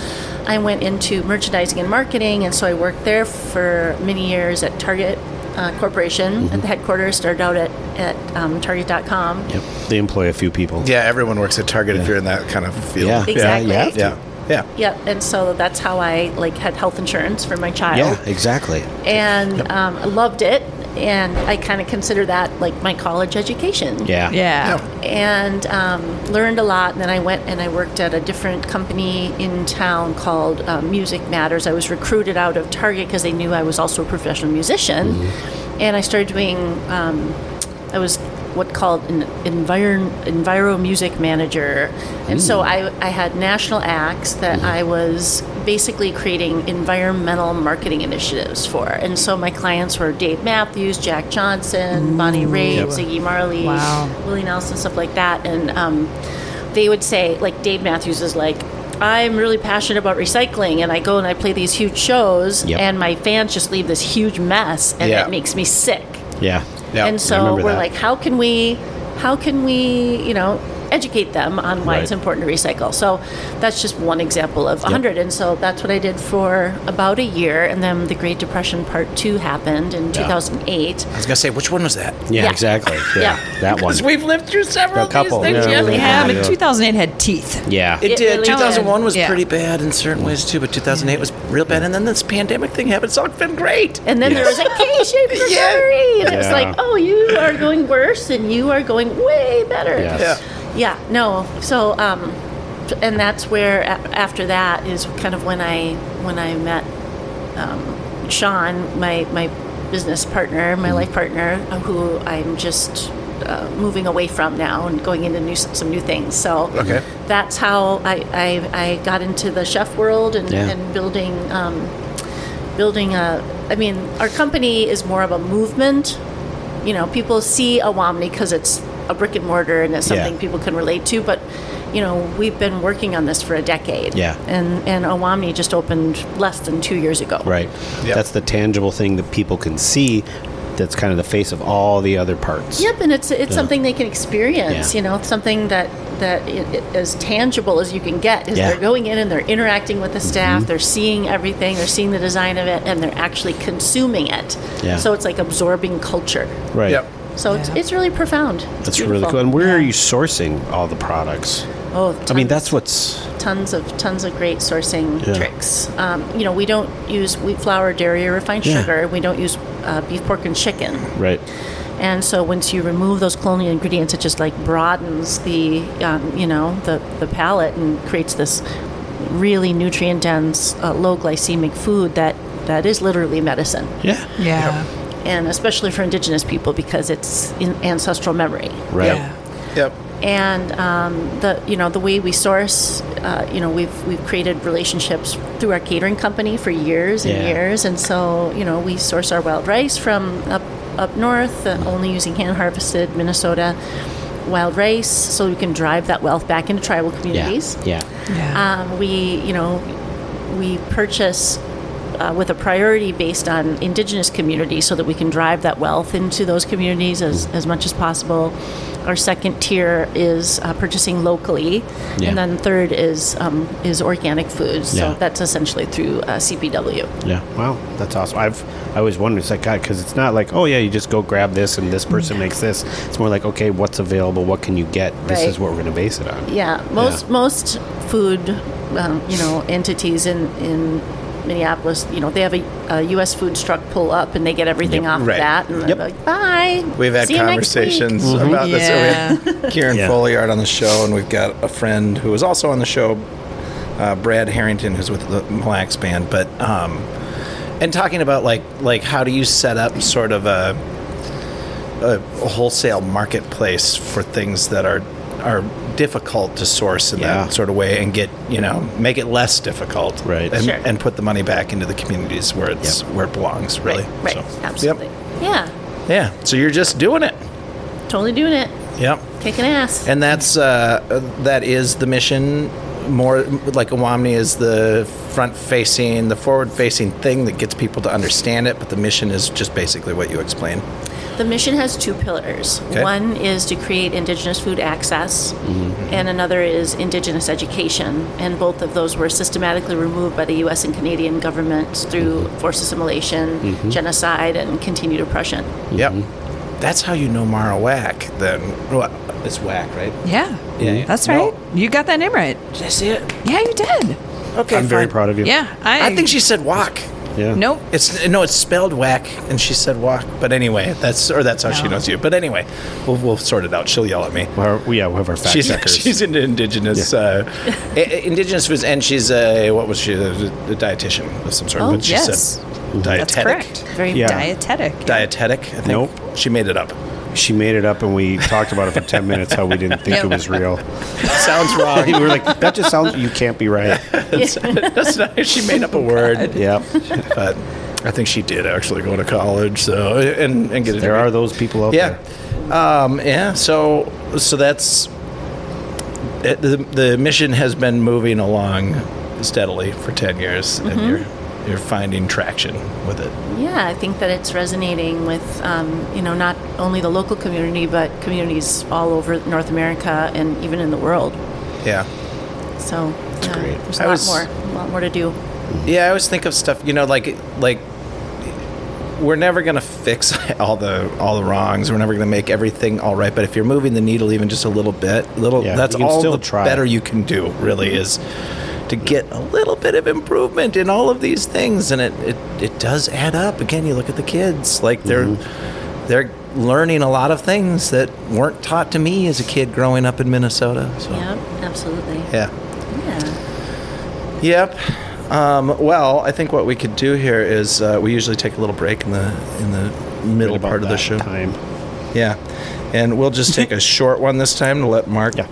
D: I went into merchandising and marketing and so I worked there for many years at Target. Uh, corporation
C: Mm-hmm.
D: at the headquarters started out at, at um, target.com
C: yep. They employ a few people.
A: Yeah, everyone works at Target if you're in that kind of field.
C: Yeah.
D: Exactly.
C: Yeah. You have to.
A: Yeah. Yeah.
D: Yep. And so that's how I like had health insurance for my child.
E: Yeah, exactly.
D: And um, I loved it. And I kind of consider that like my college education.
E: Yeah.
B: Yeah.
D: And um, learned a lot. And then I went and I worked at a different company in town called um, Music Matters. I was recruited out of Target because they knew I was also a professional musician. And I started doing, um, I was what called an environ, enviro music manager. And so I, I had national acts that I was basically creating environmental marketing initiatives for. And so my clients were Dave Matthews, Jack Johnson, Bonnie Raitt, Ziggy Marley,
B: Wow.
D: Willie Nelson, stuff like that. And um, they would say, like, Dave Matthews is like, I'm really passionate about recycling, and I go and I play these huge shows,
E: Yep.
D: and my fans just leave this huge mess, and
A: Yeah.
D: it makes me sick.
E: Yeah.
A: Yeah, I
D: And so
C: remember
D: we're
C: that.
D: like, how can we, how can we, you know, educate them on why it's
E: Right.
D: important to recycle? So that's just one example of a 100. And so that's what I did for about a year. And then the Great Depression Part 2 happened in 2008.
A: was gonna say, which one was that?
E: Yeah,
D: Yeah.
E: exactly. Yeah.
D: Yeah.
E: That one.
A: We've lived through several
E: A couple.
A: of these
E: Yeah,
A: things.
B: Really
A: yeah.
B: have.
E: Yeah.
B: And 2008 had teeth.
E: Yeah.
A: It,
D: It
A: did.
D: really
A: 2001 was
B: did.
A: pretty bad in certain ways too, but 2008 was real bad. And then this pandemic thing happened. It's all been great.
D: And then there was like patient recovery. And it was
E: Yeah.
D: like, oh, you are going worse and you are going way better.
E: Yes.
A: Yeah.
D: Yeah, no. So, um, and that's where a- after that is kind of when I when I met um, Sean, my my business partner,
E: Mm-hmm.
D: my life partner, who I'm just uh, moving away from now and going into new some new things. So
A: Okay.
D: that's how I I, I got into the chef world and,
E: Yeah.
D: and building. Um, building a i mean our company is more of a movement you know people see a womni because it's a brick and mortar and it's
E: Yeah.
D: something people can relate to but you know we've been working on this for a decade
E: Yeah.
D: and and Awamni just opened less than two years ago
E: Right.
A: Yep.
E: That's the tangible thing that people can see. That's kind of the face of all the other parts.
D: Yep, and it's it's something they can experience.
E: Yeah.
D: You know, it's something that that i i- as tangible as you can get is
E: Yeah. Mm-hmm.
D: they're going in and they're interacting with the staff, they're seeing everything, they're seeing the design of it, and they're actually consuming it.
E: Yeah.
D: So it's like absorbing culture.
E: Right.
A: Yep.
D: So it's,
B: Yeah.
D: it's really profound. It's
E: That's
D: beautiful.
E: really cool. And where are you sourcing all the products? I
D: Oh,
E: mean,
D: tons-
E: that's what's
D: tons of tons of great sourcing
E: Yeah.
D: tricks. Um, you know, we don't use wheat flour, dairy, or refined
E: Yeah.
D: sugar. We don't use uh, beef, pork, and chicken.
E: right.
D: And so once you remove those colonial ingredients, it just like broadens the, um, you know, the, the palate and creates this really nutrient dense, uh, low glycemic food that, that is literally medicine.
E: Yeah.
B: Yeah.
D: And especially for indigenous people because it's in ancestral memory.
E: Right.
A: Yep.
D: And um, the, you know, the way we source, uh, you know, we've, we've created relationships through our catering company for years and
E: Yeah.
D: years. And so, you know, we source our wild rice from up, up north, uh, only using hand harvested Minnesota wild rice so we can drive that wealth back into tribal communities.
E: Yeah. Yeah.
B: Yeah.
D: Um, we, you know, we purchase uh, with a priority based on indigenous communities so that we can drive that wealth into those communities as,
E: Mm.
D: as much as possible. Our second tier is uh, purchasing locally,
E: Yeah.
D: and then third is um, is organic foods.
E: Yeah.
D: So that's essentially through uh, CPW.
E: Yeah.
C: Wow, that's awesome. I've I always wondered, it's like God, because it's not like oh yeah, you just go grab this and this person makes this. It's more like okay, what's available? What can you get? This
D: Right.
C: is what we're going to base it on.
D: Yeah, most most food, um, you know, entities in in Minneapolis, you know, they have a, a U.S. food truck pull up, and they get everything off
A: Right.
D: of that, and
A: Yep.
D: they're like, bye.
A: We've had
D: See you next week." Mm-hmm.
A: conversations about
B: Yeah.
A: this. So we had Kieran
E: Yeah.
A: Folliard on the show, and we've got a friend who was also on the show, uh, Brad Harrington, who's with the Mille Lacs Band. But um, and talking about like like how do you set up sort of a a wholesale marketplace for things that are are difficult to source in
E: Yeah.
A: that sort of way and get you know make it less difficult
E: Right.
A: and,
D: Sure.
A: and put the money back into the communities where it's where it belongs really
D: Right,
A: So- Yep.
D: absolutely. Yeah,
A: yeah so you're just doing it
D: totally doing it,
A: yep
D: kicking ass.
A: and that's uh, that is the mission. More like Awamni is the front facing, the forward facing thing that gets people to understand it, but the mission is just basically what you explain.
C: Mm-hmm.
D: the mission has two pillars.
A: Okay.
D: One is to create indigenous food access,
A: Mm-hmm.
D: and another is indigenous education. And both of those were systematically removed by the U.S. and Canadian governments through
A: Mm-hmm.
D: forced assimilation, genocide, and continued oppression.
A: Yep. That's how you know Mara Whack, then. Well, it's Whack, right?
B: Yeah.
A: Yeah, yeah.
B: That's
A: No.
B: right. You got that name right.
A: Did I see it?
B: Yeah, you did.
A: Okay,
C: I'm very
A: fine.
C: proud of you.
B: Yeah, I,
A: I think she said walk.
C: Yeah.
B: Nope.
A: It's no, it's spelled whack, and she said walk. But anyway, that's or that's how she
B: No.
A: knows you. But anyway, we'll we'll sort it out. She'll yell at me.
C: Well, we- yeah, we have our fact
A: She's,
C: checkers.
A: she's into indigenous, uh, i- i- indigenous foods, and she's a what was she? A, a dietitian of some sort.
D: Oh,
A: but she
B: yes.
A: said
B: That's
A: dietetic.
B: correct.
D: Very
C: Yeah.
B: Dietetic.
A: Dietetic. I think.
C: Nope.
A: She made it up.
C: she made it up, and we talked about it for ten minutes. How we didn't think
B: Yep.
C: it was real.
A: Sounds wrong.
C: we Oh, were like, that just sounds. You can't be right.
A: That's not, she made up a word,
C: Yeah.
A: but I think she did actually go to college. So and and get a
C: There
A: degree.
C: are those people out
A: Yeah,
C: there.
A: um, yeah. So so that's it, the the mission has been moving along steadily for ten years, and you're you're finding traction with it.
D: Yeah, I think that it's resonating with um, you know not only the local community but communities all over North America and even in the world.
A: Yeah,
D: So yeah,
C: great.
D: there's
A: I
D: a lot
A: was-
D: more, a lot more to do.
A: yeah. I always think of stuff, you know, like like we're never gonna fix all the all the wrongs. We're never gonna make everything all right. But if you're moving the needle even just a little bit, little
C: Yeah,
A: that's
C: you can
A: all
C: still
A: the
C: try.
A: better you can do. Really is to get a little bit of improvement in all of these things, and it it, it does add up. Again, you look at the kids; like they're
C: Mm-hmm.
A: they're learning a lot of things that weren't taught to me as a kid growing up in Minnesota. So
D: Yeah, absolutely.
A: yeah.
D: Yeah.
A: Yep. Um, well, I think what we could do here is uh, we usually take a little break in the in the middle
C: About
A: part of the
C: that
A: show.
C: Time.
A: Yeah, and we'll just take a short one this time to let Mark
C: Yeah.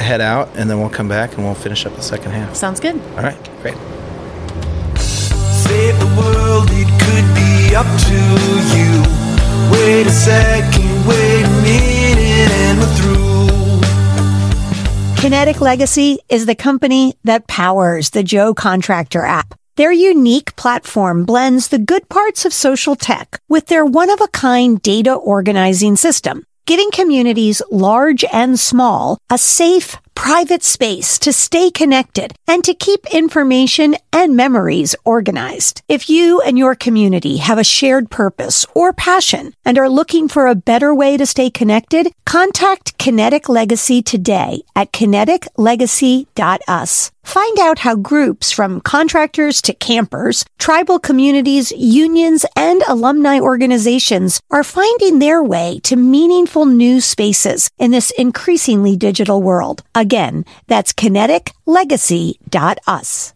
A: head out, and then we'll come back and we'll finish up the second half.
D: Sounds good.
A: All right, great.
F: Save the world, it could be up to you. Wait a second, wait a minute, and we're through.
G: Kinetic Legacy is the company that powers the Joe Contractor app. Their unique platform blends the good parts of social tech with their one of a kind data organizing system, giving communities large and small a safe, private space to stay connected and to keep information and memories organized. If you and your community have a shared purpose or passion and are looking for a better way to stay connected, contact Kinetic Legacy today at kineticlegacy.us. Find out how groups from contractors to campers, tribal communities, unions, and alumni organizations are finding their way to meaningful new spaces in this increasingly digital world. Again, that's kineticlegacy.us.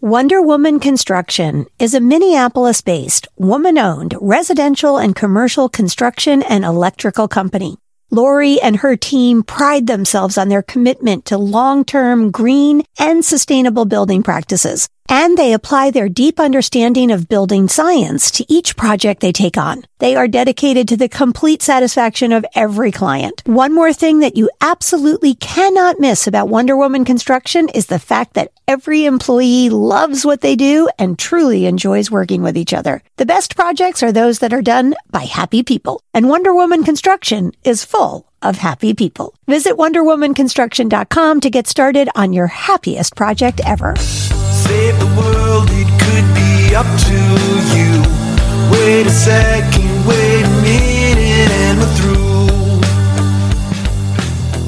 G: Wonder Woman Construction is a Minneapolis based, woman owned residential and commercial construction and electrical company. Lori and her team pride themselves on their commitment to long term green and sustainable building practices, and they apply their deep understanding of building science to each project they take on. They are dedicated to the complete satisfaction of every client. One more thing that you absolutely cannot miss about Wonder Woman Construction is the fact that every employee loves what they do and truly enjoys working with each other. The best projects are those that are done by happy people, and Wonder Woman Construction is full of happy people. Visit wonderwomanconstruction.com to get started on your happiest project ever.
F: Save the world, it could be up to you. Wait a second, wait a minute, and we're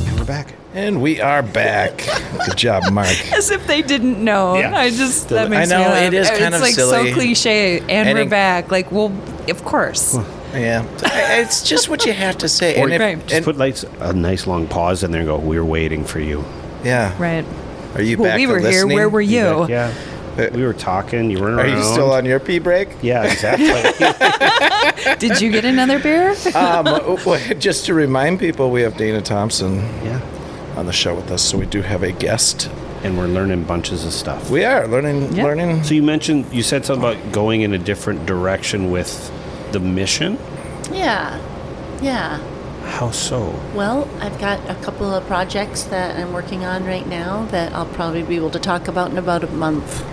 F: through.
C: We're back.
A: And we are back. Good job, Mark.
B: As if they didn't know.
C: Yeah.
B: I just that makes
A: I
B: me
A: know,
B: laugh.
A: it is kind
B: it's
A: of
B: like
A: silly.
B: so cliche. And,
A: And
B: we're
A: in-
B: back. Like, well, of course.
A: Yeah, I- it's just what you have to say. And if,
B: Right.
A: and-
C: Just put like
H: A nice long pause in there and go, We're waiting for you.
A: yeah,
B: Right.
A: Are you
B: Well,
A: back?
B: we
A: to
B: were here.
A: listening?
B: Where were you?
C: yeah. We were talking. You weren't
A: Are
C: around.
A: you still on your pee break?
C: Yeah, exactly.
B: Did you get another beer?
A: um, w- just to remind people, we have Dana Thompson
C: yeah.
A: on the show with us, so we do have a guest.
C: And we're learning bunches of stuff.
A: We are learning,
B: Yeah.
A: learning.
C: So you mentioned you said something about going in a different direction with the mission.
D: Yeah. Yeah.
C: How so?
D: Well, I've got a couple of projects that I'm working on right now that I'll probably be able to talk about in about a month.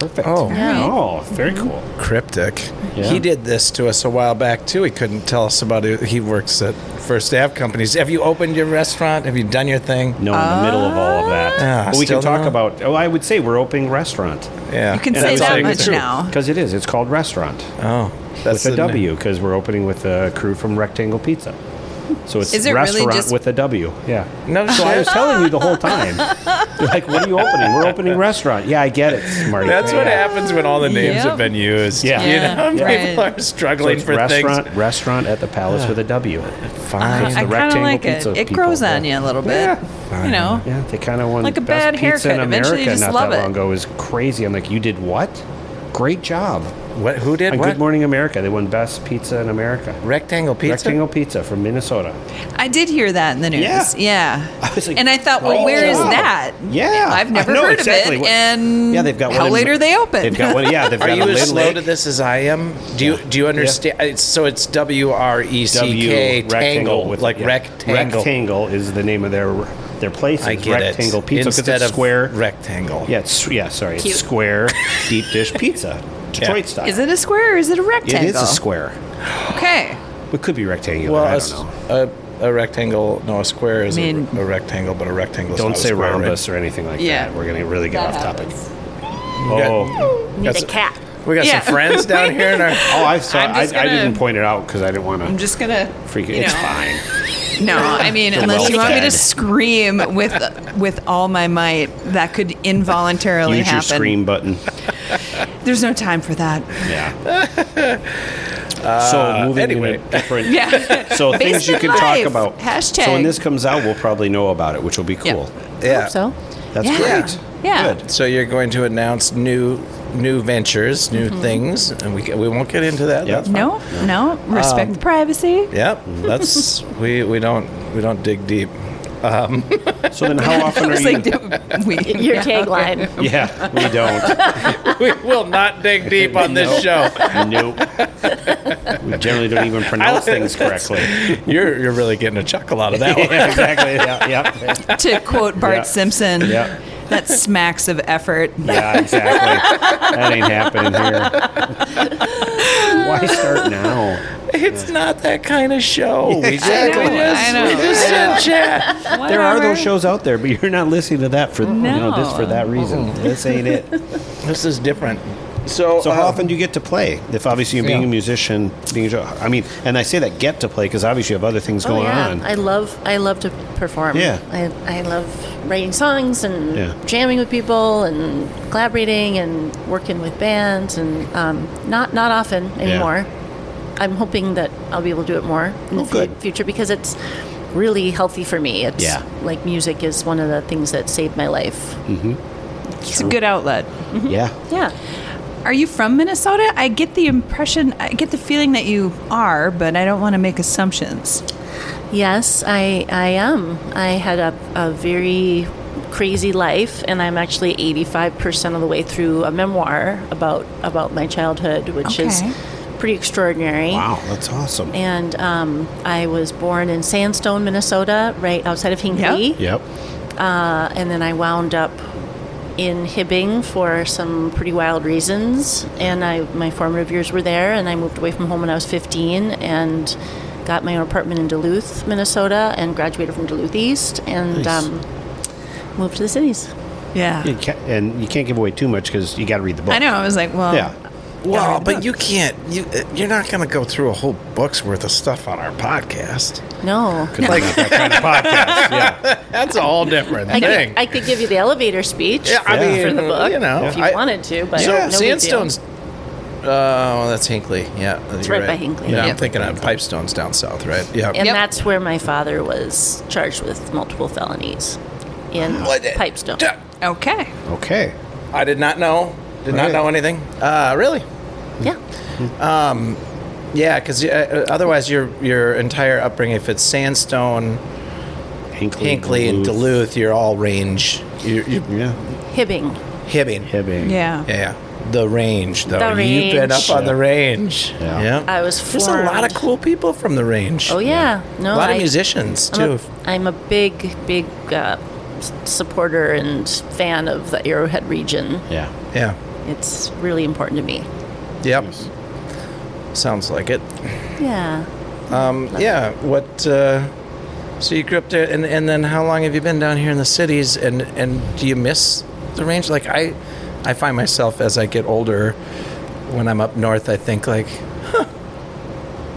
C: Perfect.
A: Oh.
D: Yeah.
C: Oh, very cool.
A: cryptic.
C: Yeah.
A: He did this to us a while back too. He couldn't tell us about it. He works at First Ave Companies. Have you opened your restaurant? Have you done your thing?
C: No, in
B: Ah.
C: the middle of all of that.
A: Ah,
C: but we
A: still
C: can talk
A: no.
C: about. Oh, I would say we're opening restaurant.
A: Yeah,
B: You can say that much now.
C: Because it is. It's called restaurant
A: Oh, that's
C: with
A: the
C: a
A: name.
C: W. Because we're opening with a crew from Rectangle Pizza. So it's
B: Is it really
C: restaurant
B: just-
C: with a W. Yeah.
A: No
C: So I
A: shit.
C: was telling you the whole time. You're like, what are you opening? We're opening restaurant. Yeah, I get it, Marty.
A: That's what happens when all the names
B: Yep.
A: have been used.
C: Yeah.
A: You
B: Yeah,
A: know,
B: right.
A: people are
C: So
A: struggling
C: it's
A: for
C: restaurant,
A: things.
C: restaurant at the palace with a W. Fine.
B: I kind of like it. It grows on you a little bit. You know.
C: Yeah, they kind of won
B: Like a
C: best
B: bad
C: pizza in
B: haircut. Eventually you
C: America
B: just
C: not
B: love
C: that
B: it.
C: long ago. It was crazy. I'm like, you did what? Great job.
A: What? Who did
C: On
A: what?
C: Good Morning America, they won best pizza in America.
A: Rectangle pizza.
C: Rectangle pizza from Minnesota.
B: I did hear that in the news.
C: Yeah.
B: Yeah.
C: I was like,
B: and I thought, well,
C: great
B: where is
C: job.
B: that?
I: Yeah,
B: I've
I: I
B: never
I: know
B: heard
I: exactly
B: of it.
I: what-
B: and
I: Yeah, they've got
B: Mm. how
I: one in-
B: later they open.
I: They've got one. Yeah, they've
A: Are
I: got
A: you
I: a
A: as
I: Lynn
A: slow to
I: Lake.
A: this as I am? Do you do you understand? It's, so it's W R E C K
C: W
A: tangle, like
C: yeah.
A: rectangle.
C: Rectangle is the name of their their place.
A: I
C: It's
A: get
C: rectangle
A: it.
C: pizza 'cause
A: instead
C: it's
A: of
C: square.
A: rectangle.
C: yeah, it's, yeah, sorry,
D: Cute.
C: it's square deep dish pizza, Detroit style.
B: is it a square or is it a
I: It
B: rectangle?
I: is a square.
B: Okay.
C: It could be rectangular.
A: Well,
C: I
A: a
C: don't
A: s-
C: know.
A: a, a rectangle. No, a square is
B: I mean-
A: a, a rectangle, but a rectangle. is
C: Don't
A: not a
C: say
A: square, right?
C: rhombus or anything like
B: Yeah.
C: that. We're gonna really get off topic.
A: got-
C: Oh,
D: Need
A: That's-
D: a cat.
A: We got
B: Yeah.
A: some friends down here in our.
C: oh, I saw.
B: I'm
C: I,
B: just
C: I
B: gonna-
C: didn't point it out because I didn't want to
B: I'm just gonna
C: freak.
B: you
C: It's
B: know.
C: fine.
B: No, I mean, unless you want me to scream with with all my might, that could involuntarily
C: Use your
B: happen.
C: scream button.
B: There's no time for that.
C: Yeah. so moving anyway.
A: anyway.
C: different.
B: Uh, Yeah.
C: So things
B: Based
C: you
B: on
C: can
B: life.
C: talk about. So when
B: Hashtag.
C: this comes out, we'll probably know about it, which will be cool.
D: I
A: Yeah.
D: hope so.
C: That's
B: Yeah.
C: great.
B: Yeah.
C: Good.
A: So you're going to announce new new ventures, new things, and we we won't get into that.
C: Yeah.
A: That's fine.
B: Mm-hmm. No, no.
C: Um,
B: Respect the privacy.
A: Yep. That's we we don't we don't dig deep.
C: So then, how often are
B: It's
C: you?
B: like, do we,
D: Your
B: yeah.
D: tagline.
C: yeah, we don't.
A: we will not dig deep on this show.
C: nope. We generally don't even pronounce things correctly.
A: You're you're really getting a chuckle out of that one.
C: yeah, exactly. Yeah, yeah,
B: to quote Bart
C: Yeah.
B: Simpson,
C: Yeah.
B: that smacks of effort.
C: yeah, exactly. That ain't happening here. Why start now?
A: It's not that kind of show. Oh, We just,
B: I know,
A: we just,
B: I know.
A: we just said chat.
C: There are
B: Whatever.
C: those shows out there, but you're not listening to that for you know this for that
B: No.
C: reason. This ain't it.
A: This is different. So,
I: So
A: uh,
I: how often do you get to play? If obviously you're being
A: Yeah.
I: a musician, being a jo- I mean, and I say that get to play because obviously you have other things
D: Oh
I: going
D: yeah,
I: on.
D: I love I love to perform.
I: Yeah.
D: I, I love writing songs and
I: Yeah.
D: jamming with people and collaborating and working with bands and um, not not often anymore. I'm hoping that I'll be able to do it more in the fu-
I: Oh, good.
D: future because it's really healthy for me. It's
I: Yeah.
D: like music is one of the things that saved my life.
B: It's a good outlet.
I: yeah,
D: Yeah.
B: Are you from Minnesota? I get the impression, I get the feeling that you are, but I don't want to make assumptions.
D: Yes, I, I am. I had a, a very crazy life, and I'm actually 85% of the way through a memoir about, about my childhood, which is
B: Okay.
D: pretty extraordinary.
I: wow, that's awesome.
D: And um, I was born in Sandstone, Minnesota, right outside of Hinckley.
I: Yep.
D: Uh, and then I wound up in Hibbing for some pretty wild reasons. And I, my formative years were there, and I moved away from home when I was 15 and got my own apartment in Duluth, Minnesota, and graduated from Duluth East and um, moved to the cities.
B: Yeah.
I: You ca and you can't give away too much because you got to read the book.
B: I know. I was like, well,
I: Yeah.
A: well, but you can't. You you're not going to go through a whole book's worth of stuff on our podcast.
D: No.
A: Like
I: Podcast. yeah.
A: that's a whole different
D: I
A: thing.
D: could, I could give you the elevator speech
A: Yeah, I mean,
D: for the book
A: you know,
D: if you
A: I-
D: wanted to, but
A: so
D: no big deal.
A: sandstones. Oh, that's Hinkley. Yeah, it's
D: right by Hinckley.
A: Yeah, I'm
D: Yep.
A: thinking of Pipestones down south, right? Yeah.
D: And
B: Yep.
D: that's where my father was charged with multiple felonies in
A: What?
D: Pipestone.
A: Duh.
B: okay.
I: Okay.
A: I did not know. Did
I: Right.
A: not know anything. Uh, really?
D: Yeah.
A: Yeah, because uh, otherwise your your entire upbringing, if it's Sandstone,
I: Hinkley,
A: Hinkley,
I: Duluth.
A: and Duluth, you're all range. You're, you're
I: Yeah.
D: Hibbing.
A: hibbing.
I: Hibbing.
B: Yeah.
A: Yeah, yeah. The range, though.
D: The
A: You've been up
D: range.
A: on the range.
I: Yeah.
D: I was
A: There's a lot
D: formed-
A: of cool people from the range.
D: Oh yeah, no,
A: a lot
D: I-
A: of musicians
D: I'm a-
A: too.
D: I'm a big, big uh, s- supporter and fan of the Arrowhead region.
I: Yeah.
A: yeah.
D: It's really important to me.
A: Yep. Sounds like it.
D: Yeah,
A: Um, yeah. What? Uh, so you grew up there, and, and then how long have you been down here in the cities? And and do you miss the range? Like I, I find myself as I get older, when I'm up north, I think like, huh,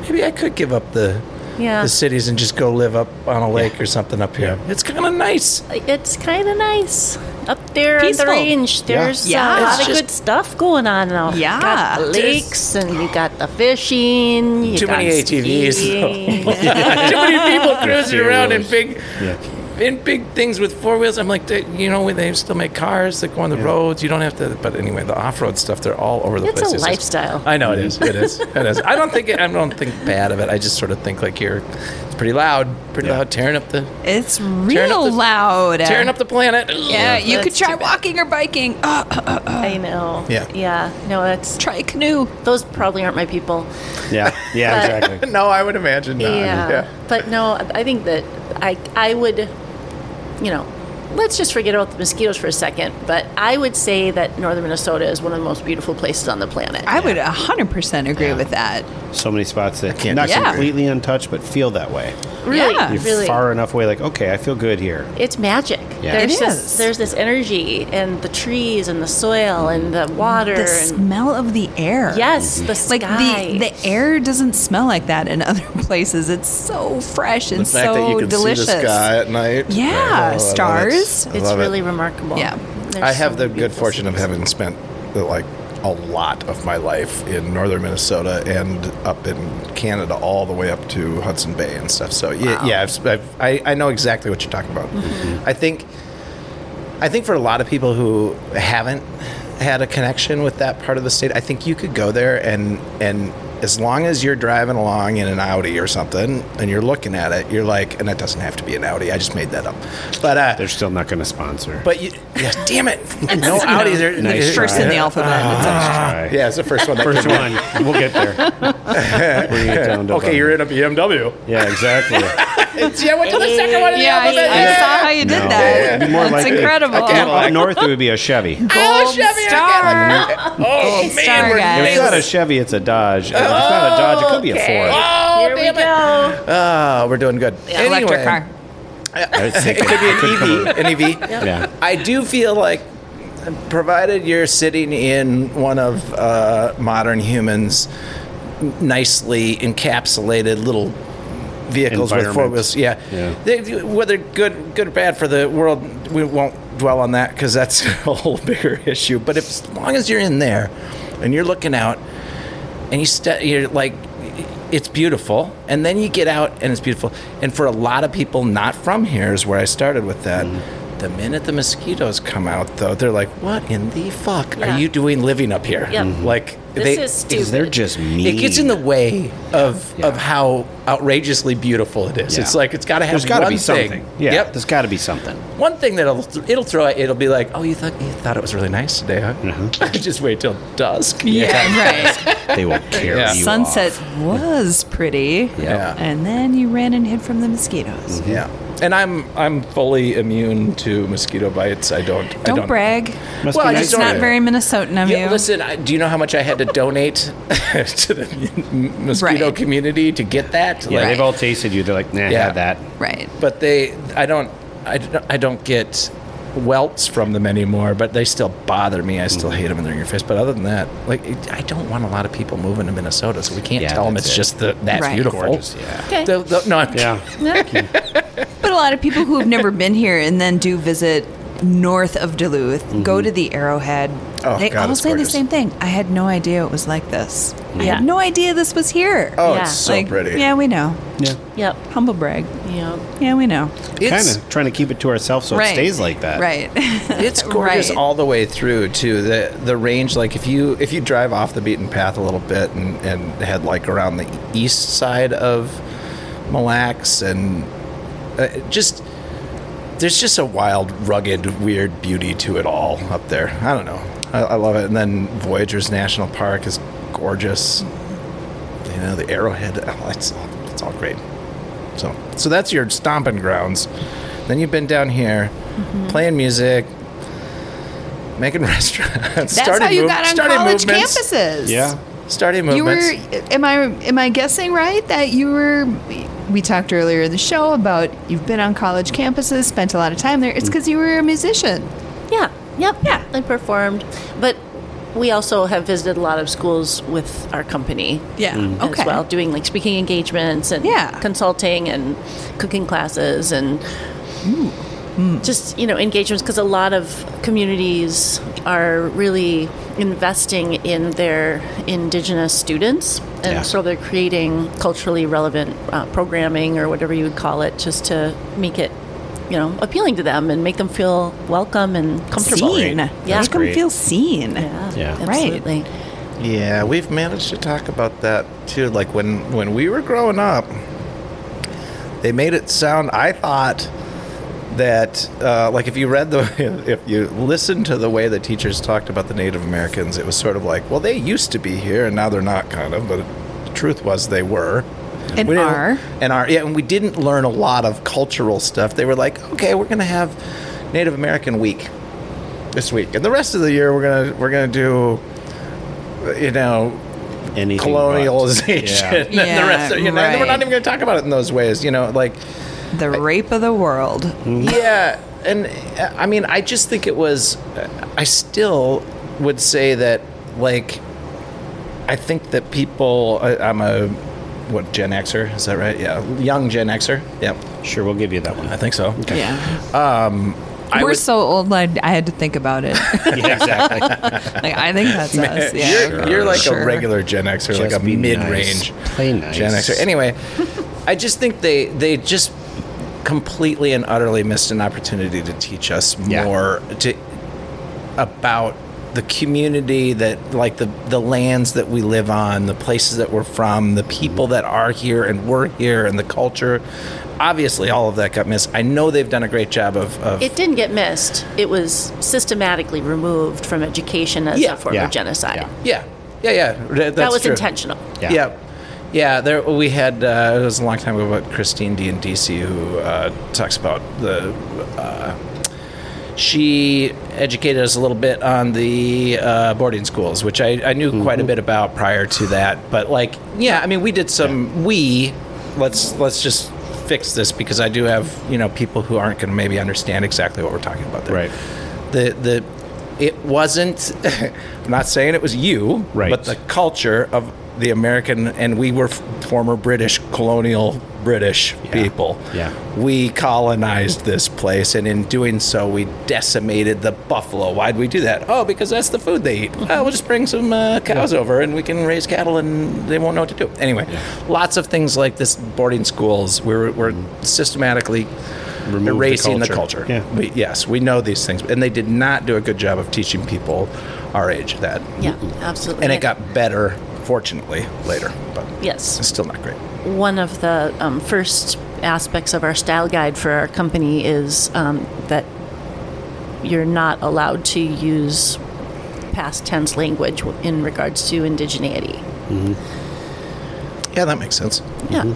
A: maybe I could give up the
D: Yeah.
A: the cities and just go live up on a lake or something up here. It's kind of nice.
D: It's kind of nice up there
B: Peaceful.
D: on the range. There's
B: Yeah.
D: a
B: It's
D: lot of
A: just-
D: good stuff going on now.
B: Yeah.
D: you got the
B: There's-
D: lakes and you got the fishing. You
A: Too
D: got
A: many ATVs, though.
D: skiing.
A: Too many people cruising around in
C: Serious.
A: big
C: Yeah.
A: in big things with four wheels. I'm like, they, you know, they still make cars that go on the roads. You don't have to. But anyway, the off road stuff, they're all over the
D: It's
A: place.
D: a
A: just-
D: lifestyle.
A: I know it is. It is. It is. I don't think it, I don't think bad of it. I just sort of think like you're. It's pretty loud. Pretty loud. Tearing up the
B: It's
A: tearing up
B: real
A: the-
B: loud.
A: tearing up the planet.
B: Yeah, you could
D: That's too
B: try
D: bad.
B: walking or biking. Uh,
D: I know.
A: Yeah.
D: Yeah. No, it's
B: try a canoe.
D: those probably aren't my people.
C: Yeah. Yeah.
D: But-
C: Exactly.
A: No, I would imagine not.
D: yeah. But no, I think that I I would, you know, let's just forget about the mosquitoes for a second. But I would say that northern Minnesota is one of the most beautiful places on the planet.
B: I would 100% agree with that.
C: So many spots that not
B: disagree.
C: completely untouched, but feel that way.
D: really,
B: Yeah.
C: You're
D: really,
C: far enough away, like okay, I feel good here.
D: it's magic.
C: Yeah.
D: There's
B: It
D: this,
B: is.
D: There's this energy and the trees and the soil and the water
B: The
D: and
B: smell of the air.
D: yes, the sky.
B: Like the the air doesn't smell like that in other places. It's so fresh and
J: The fact
B: so
J: that you can
B: delicious.
J: see the sky at night. Oh,
B: Yeah, stars.
J: I
D: it's
J: love it.
D: really remarkable.
B: Yeah.
D: There's
J: I have
D: so
J: the
D: many
J: good
D: beautiful
J: fortune of
D: cities.
J: having spent like a lot of my life in northern Minnesota and up in Canada, all the way up to Hudson Bay and stuff. So yeah, yeah, I've, I've, I I know exactly what you're talking about.
B: Mm-hmm.
A: I think I think for a lot of people who haven't had a connection with that part of the state, I think you could go there and and as long as you're driving along in an Audi or something and you're looking at it, you're like, and that doesn't have to be an Audi. I just made that up, but uh,
C: They're still not going to sponsor.
A: but you, yeah, damn it, no Audis. Are,
C: Nice
B: First in the alphabet.
C: Try.
A: yeah, it's the first one. That
C: First
A: came up.
C: one. We'll get there. Bring it down to
A: Okay,
C: bottom.
A: you're in a BMW.
C: Yeah, exactly.
A: Yeah, went to the second one in the
B: Yeah, I,
A: alphabet.
B: I saw how you did that.
C: It'd be more
B: That's
C: likely-
B: incredible.
C: Up north, it would be a Chevy. If
D: Oh,
B: Gold star.
A: Oh man,
B: star,
A: we're
B: guys.
C: it's not a Chevy, it's a Dodge. If it's not a Dodge, it could be a Ford.
A: Oh,
D: Here we go.
A: Ah, we're doing good. Anyway,
B: Electric car.
A: It could be an EV. An EV.
C: Yeah.
A: I do feel like, provided you're sitting in one of uh, modern humans, nicely encapsulated little vehicles with four
C: Environment.
A: wheels, yeah.
C: Yeah.
A: They- whether good, good or bad for the world, we won't dwell on that because that's a whole bigger issue. But if, as long as you're in there and you're looking out and you st- you're like it's beautiful and then you get out and it's beautiful and for a lot of people not from here is where i started with that
C: Mm-hmm.
A: the minute the mosquitoes come out though they're like what in the fuck
D: Yeah.
A: are you doing living up here
D: Yep.
C: Mm-hmm.
A: like
D: This
A: they,
D: is stupid.
K: They're just mean.
A: it gets in the way of of how outrageously beautiful it is.
K: Yeah.
A: It's like it's got to have
C: There's got to
A: one
C: be something.
A: thing.
C: Yeah.
A: Yep.
C: There's got to be something.
A: One thing that'll it'll throw it'll be like, oh, you thought you thought it was really nice today, huh?
K: Mm-hmm.
A: Just wait till dusk.
B: Yeah, right.
K: They will carry
A: Yeah.
K: you
B: Sunset was pretty.
A: Yeah.
B: And then you ran and hid from the mosquitoes.
A: Yeah. And I'm I'm fully immune to mosquito bites. I don't. I
B: Don't,
A: don't
B: brag.
C: Must
A: Well,
C: be
A: I
C: nice
A: just
B: It's
A: don't-
C: to
B: not
C: you.
B: very Minnesotan of
A: Yeah,
B: you.
A: listen. I, do you know how much I had to donate to the m- mosquito
B: Right.
A: community to get that?
C: Yeah,
A: Like,
C: they've all tasted you. They're like, nah,
A: Yeah.
C: had that.
B: Right.
A: But they, I don't, I, don't- I don't get welts from them anymore. But they still bother me. I
K: Mm-hmm.
A: still hate them and they're in your face. But other than that, like it, I don't want a lot of people moving to Minnesota, so we can't
K: Yeah,
A: tell them
K: that's
A: it's
K: it.
A: just the that's
B: Right.
A: beautiful.
K: Gorgeous, yeah.
D: Okay.
A: The- the- no, I'm
C: Yeah.
B: But a lot of people who have never been here and then do visit north of Duluth go to the Arrowhead.
J: Oh,
B: they
J: God,
B: all
J: it's
B: say the
J: gorgeous.
B: same thing. I had no idea it was like this. I
D: Yeah.
B: had no idea this was here.
J: Oh,
D: Yeah.
J: it's so
B: Like,
J: pretty.
B: Yeah, we know.
D: Yep.
B: Humble brag.
D: Yep.
B: Yeah, we know.
C: Kind of trying to keep it to ourselves so it stays like that.
B: Right.
A: It's gorgeous
B: Right.
A: all the way through to the the range. Like if you if you drive off the beaten path a little bit and and head like around the e, east side of Mille Lacs and uh, just there's just a wild, rugged, weird beauty to it all up there. I don't know. I, I love it. And then Voyagers National Park is gorgeous. You know the Arrowhead. Oh, it's all, it's all great. So so that's your stomping grounds. Then you've been down here
B: Mm-hmm.
A: playing music, making restaurants.
B: That's how you got on college campuses.
C: Yeah.
A: Starting
B: You were.
A: movements.
B: Am I? Am I guessing right that you were? We talked earlier in the show about you've been on college campuses, spent a
A: Mm.
B: lot of time there. It's because you were a musician.
D: Yeah. Yep. Yeah. I performed, but we also have visited a lot of schools with our company.
B: Yeah. Mm.
D: As
B: Okay.
D: well, doing like speaking engagements and
B: Yeah.
D: consulting and cooking classes and just you know engagements because a lot of communities are really investing in their indigenous students and
C: Yeah.
D: so they're creating culturally relevant uh, programming or whatever you would call it just to make it you know appealing to them and make them feel welcome and comfortable
B: seen.
D: yeah
B: Make them feel seen.
D: yeah,
C: Yeah. Right.
D: absolutely
A: Yeah, we've managed to talk about that too. Like when when we were growing up, they made it sound. I thought that uh, like if you read the if you listened to the way the teachers talked about the Native Americans, it was sort of like, well, they used to be here and now they're not, kind of. But the truth was they were.
B: And
A: We didn't-
B: are.
A: and our yeah, and we didn't learn a lot of cultural stuff. They were like, okay, we're gonna have Native American Week this week, and the rest of the year we're gonna we're gonna do, you know,
C: Anything
A: colonialization and
B: Yeah,
A: the rest of you know and we're
B: right.
A: not even going to talk about it in those ways you know like
B: The rape of the world.
C: Mm-hmm.
A: yeah and uh, i mean i just think it was i still would say that like i think that people I, i'm a what gen xer is that right yeah young gen xer yep
C: But sure, we'll give you that one.
A: i think so
B: Yeah.
A: Um, I
B: We're
A: would-
B: so old. I, I had to think about it. Like I think that's us. Yeah.
A: you're, you're like
B: Sure.
A: a regular Gen Xer,
C: Just
A: like a
C: be nice.
A: mid-range
C: Play nice.
A: Gen Xer. Anyway, I just think they they just completely and utterly missed an opportunity to teach us
C: Yeah.
A: more to about the community that like the the lands that we live on, the places that we're from, the people
C: Mm-hmm.
A: that are here and we're here and the culture. Obviously all of that got missed. I know they've done a great job of, of
D: it didn't get missed it was systematically removed from education as
A: Yeah.
D: a form
C: Yeah.
D: of genocide
C: Yeah.
A: Yeah, yeah, yeah. Th- That's
D: that was
A: true.
D: intentional
C: Yeah.
A: Yeah. yeah. there we had uh, it was a long time ago about Christine D and DC who uh, talks about the uh, she educated us a little bit on the uh, boarding schools, which I, I knew quite a bit about prior to that. But like, yeah, I mean, we did some. We let's let's just fix this because I do have you know people who aren't going to maybe understand exactly what we're talking about. There.
C: Right.
A: The the it wasn't. I'm not saying it was you,
C: Right.
A: But the culture of the American and we were f- former British colonial British people.
C: Yeah.
A: We colonized this place, and in doing so, we decimated the buffalo. Why'd we do that? Oh, because that's the food they eat. Oh, we'll just bring some uh, cows over, and we can raise cattle, and they won't know what to do. Anyway, lots of things like this boarding schools. We're, we're systematically
C: Mm-hmm. the
A: erasing the
C: culture.
A: culture.
C: Yeah.
A: We, yes, we know these things, and they did not do a good job of teaching people our age that.
D: yeah absolutely
A: Mm-hmm. And it got better, fortunately, later. But
D: yes
A: it's still not great.
D: one of the um, first aspects of our style guide for our company is um, that you're not allowed to use past tense language w- in regards to indigeneity.
A: Yeah, that makes sense.
D: Yeah,
A: Mm-hmm.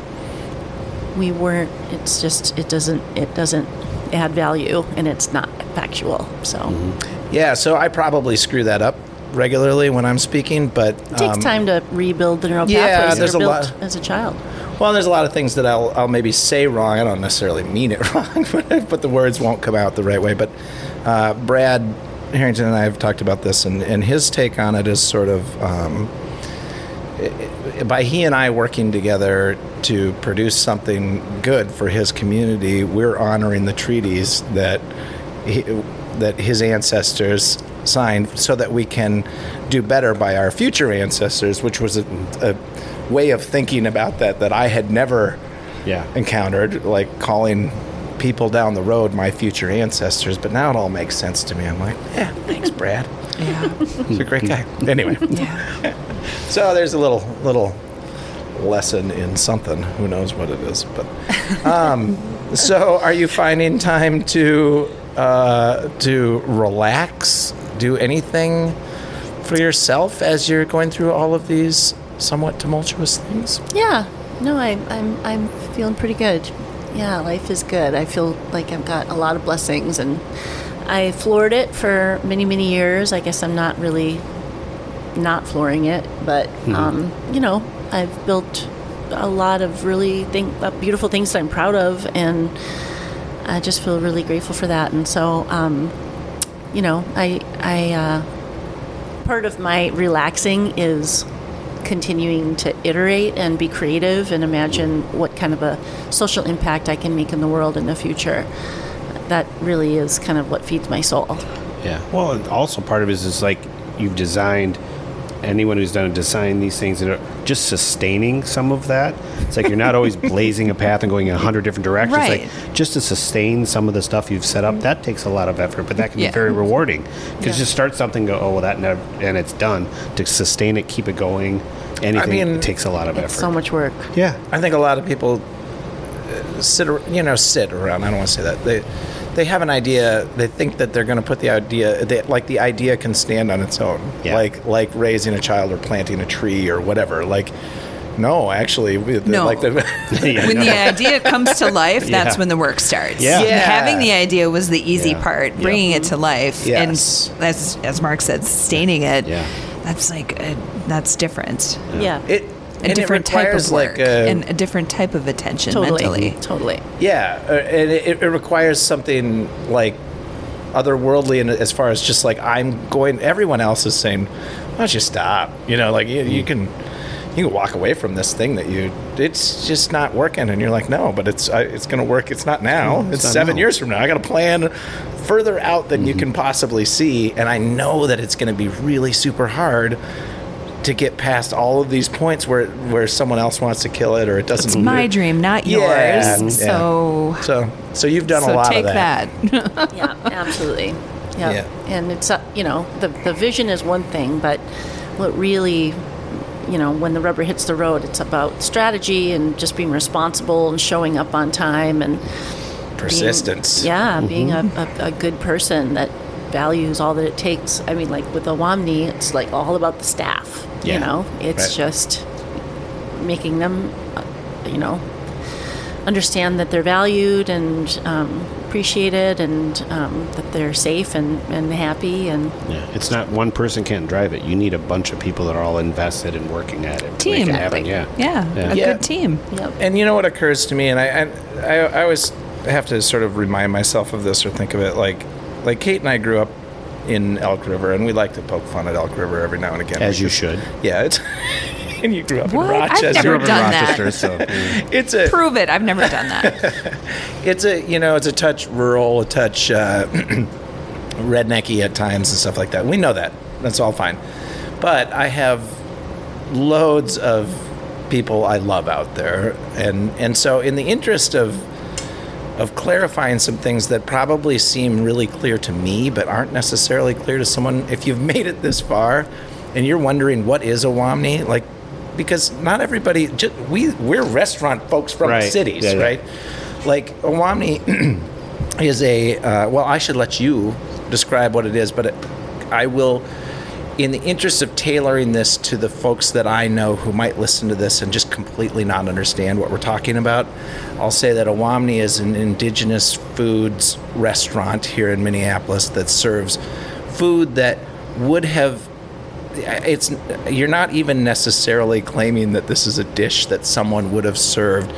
D: we weren't. It's just it doesn't it doesn't add value and it's not factual. So
A: Mm-hmm. Yeah, so I probably screw that up regularly when I'm speaking, but
D: it takes
A: um,
D: time to rebuild the neural
A: yeah,
D: pathways
A: there's
D: that
A: a
D: are built
A: lot-
D: as a child.
A: Well, there's a lot of things that I'll, I'll maybe say wrong. I don't necessarily mean it wrong, but, but the words won't come out the right way. But uh, Brad Harrington and I have talked about this, and, and his take on it is sort of um, by he and I working together to produce something good for his community, we're honoring the treaties that he, that his ancestors signed, so that we can do better by our future ancestors, which was a, a way of thinking about that that I had never
C: Yeah.
A: encountered, like calling people down the road my future ancestors. But now it all makes sense to me. I'm like, yeah, thanks, Brad.
B: Yeah.
A: He's a great guy. Anyway.
B: Yeah.
A: So there's a little little lesson in something. Who knows what it is? But um, so are you finding time to uh, to relax, do anything for yourself as you're going through all of these somewhat tumultuous things?
D: Yeah. No, I, I'm I'm feeling pretty good. Yeah, life is good. I feel like I've got a lot of blessings, and I floored it for many many years. I guess I'm not really not flooring it, but um, you know, I've built a lot of really think, uh, beautiful things that I'm proud of, and I just feel really grateful for that. And so, um, you know, I I. Uh, part of my relaxing is continuing to iterate and be creative and imagine what kind of a social impact I can make in the world in the future. That really is kind of what feeds my soul.
L: Yeah.
C: Well, and also part of it is, is like you've designed anyone who's done a design these things and are just sustaining some of that. It's like you're not always blazing a path and going in a hundred different directions.
B: Right.
C: Like just to sustain some of the stuff you've set up, that takes a lot of effort, but that can
B: Yeah.
C: be very rewarding. Because just start something, go, oh well, that never, and it's done. To sustain it, keep it going, anything
A: mean,
C: it takes a lot of
D: It's
C: effort.
D: so much work.
C: yeah.
A: I think a lot of people uh, sit, ar- you know, sit around. I don't want to say that they they have an idea. They think that they're going to put the idea, they, like the idea can stand on its own,
C: Yeah.
A: like like raising a child or planting a tree or whatever. Like, no, actually, we- the-
B: No.
A: like the,
C: Yeah,
B: when
C: no.
B: the idea comes to life, that's when the work starts.
C: Yeah.
A: Yeah.
B: Having the idea was the easy
C: Yeah.
B: part. Bringing it to life,
A: Yes.
B: and as as Mark said, sustaining it.
L: Yeah.
B: That's like a, that's different.
D: Yeah.
A: it
B: A different
A: it
B: type of
A: requires,
B: work
A: uh,
B: and a different type of attention
D: totally.
B: mentally.
D: Totally.
A: Yeah, uh, and it, it requires something like otherworldly, and as far as just like I'm going, everyone else is saying, "Why don't you stop?" You know, like you, you can you can walk away from this thing that you it's just not working, and you're like, "No, but it's I, it's going to work. It's not now. it's seven years from now. Mm-hmm. I got a plan further out than you can possibly see, and I know that it's going to be really super hard." To get past all of these points where where someone else wants to kill it or it doesn't.
B: It's my dream, not yours.
A: Yeah, yeah.
B: So,
A: So, so you've done a
B: so
A: lot
B: take
A: of that.
D: yeah, absolutely. Yeah.
A: Yeah.
D: And it's, uh, you know, the, the vision is one thing, but what really, you know, when the rubber hits the road, it's about strategy and just being responsible and showing up on time and being-
A: Persistence.
D: yeah, being a, a, a good person that values all that it takes. I mean, like with the Womni, it's like all about the staff,
L: Yeah.
D: you know, it's
A: Right.
D: just making them, uh, you know, understand that they're valued and um, appreciated and um, that they're safe and, and happy and
L: Yeah.
C: It's not one person can't drive it. You need a bunch of people that are all invested in working at it. to make
B: team.
C: it happen, yeah.
B: yeah. A
A: Yeah.
B: good team.
D: yep.
A: And you know what occurs to me, and I, and I, I always have to sort of remind myself of this or think of it like, like Kate and I grew up in Elk River, and we like to poke fun at Elk River every now and again.
L: As you should.
A: yeah, it's, and you grew up
B: What?
A: in
B: I've
A: Rochester.
B: never done
C: Rochester,
B: that.
C: so, mm.
A: It's a
B: Prove it. I've never done that.
A: it's a you know it's a touch rural a touch uh, rednecky at times and stuff like that we know that that's all fine but i have loads of people i love out there and and so in the interest of of clarifying some things that probably seem really clear to me but aren't necessarily clear to someone if you've made it this far and you're wondering what is a womni like because not everybody just, we we're restaurant folks from
C: Right.
A: cities
C: Yeah, yeah.
A: right like a womni is a uh, well i should let you describe what it is but it, i will in the interest of tailoring this to the folks that i know who might listen to this and just completely not understand what we're talking about i'll say that a womni is an indigenous foods restaurant here in minneapolis that serves food that would have it's you're not even necessarily claiming that this is a dish that someone would have served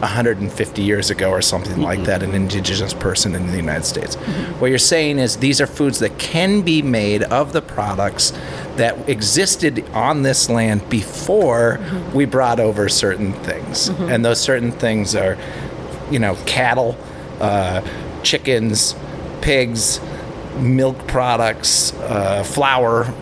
A: 150 years ago or something like that an indigenous person in the United States. What you're saying is these are foods that can be made of the products that existed on this land before we brought over certain things. And those certain things are you know cattle, uh, chickens, pigs, milk products, uh, flour,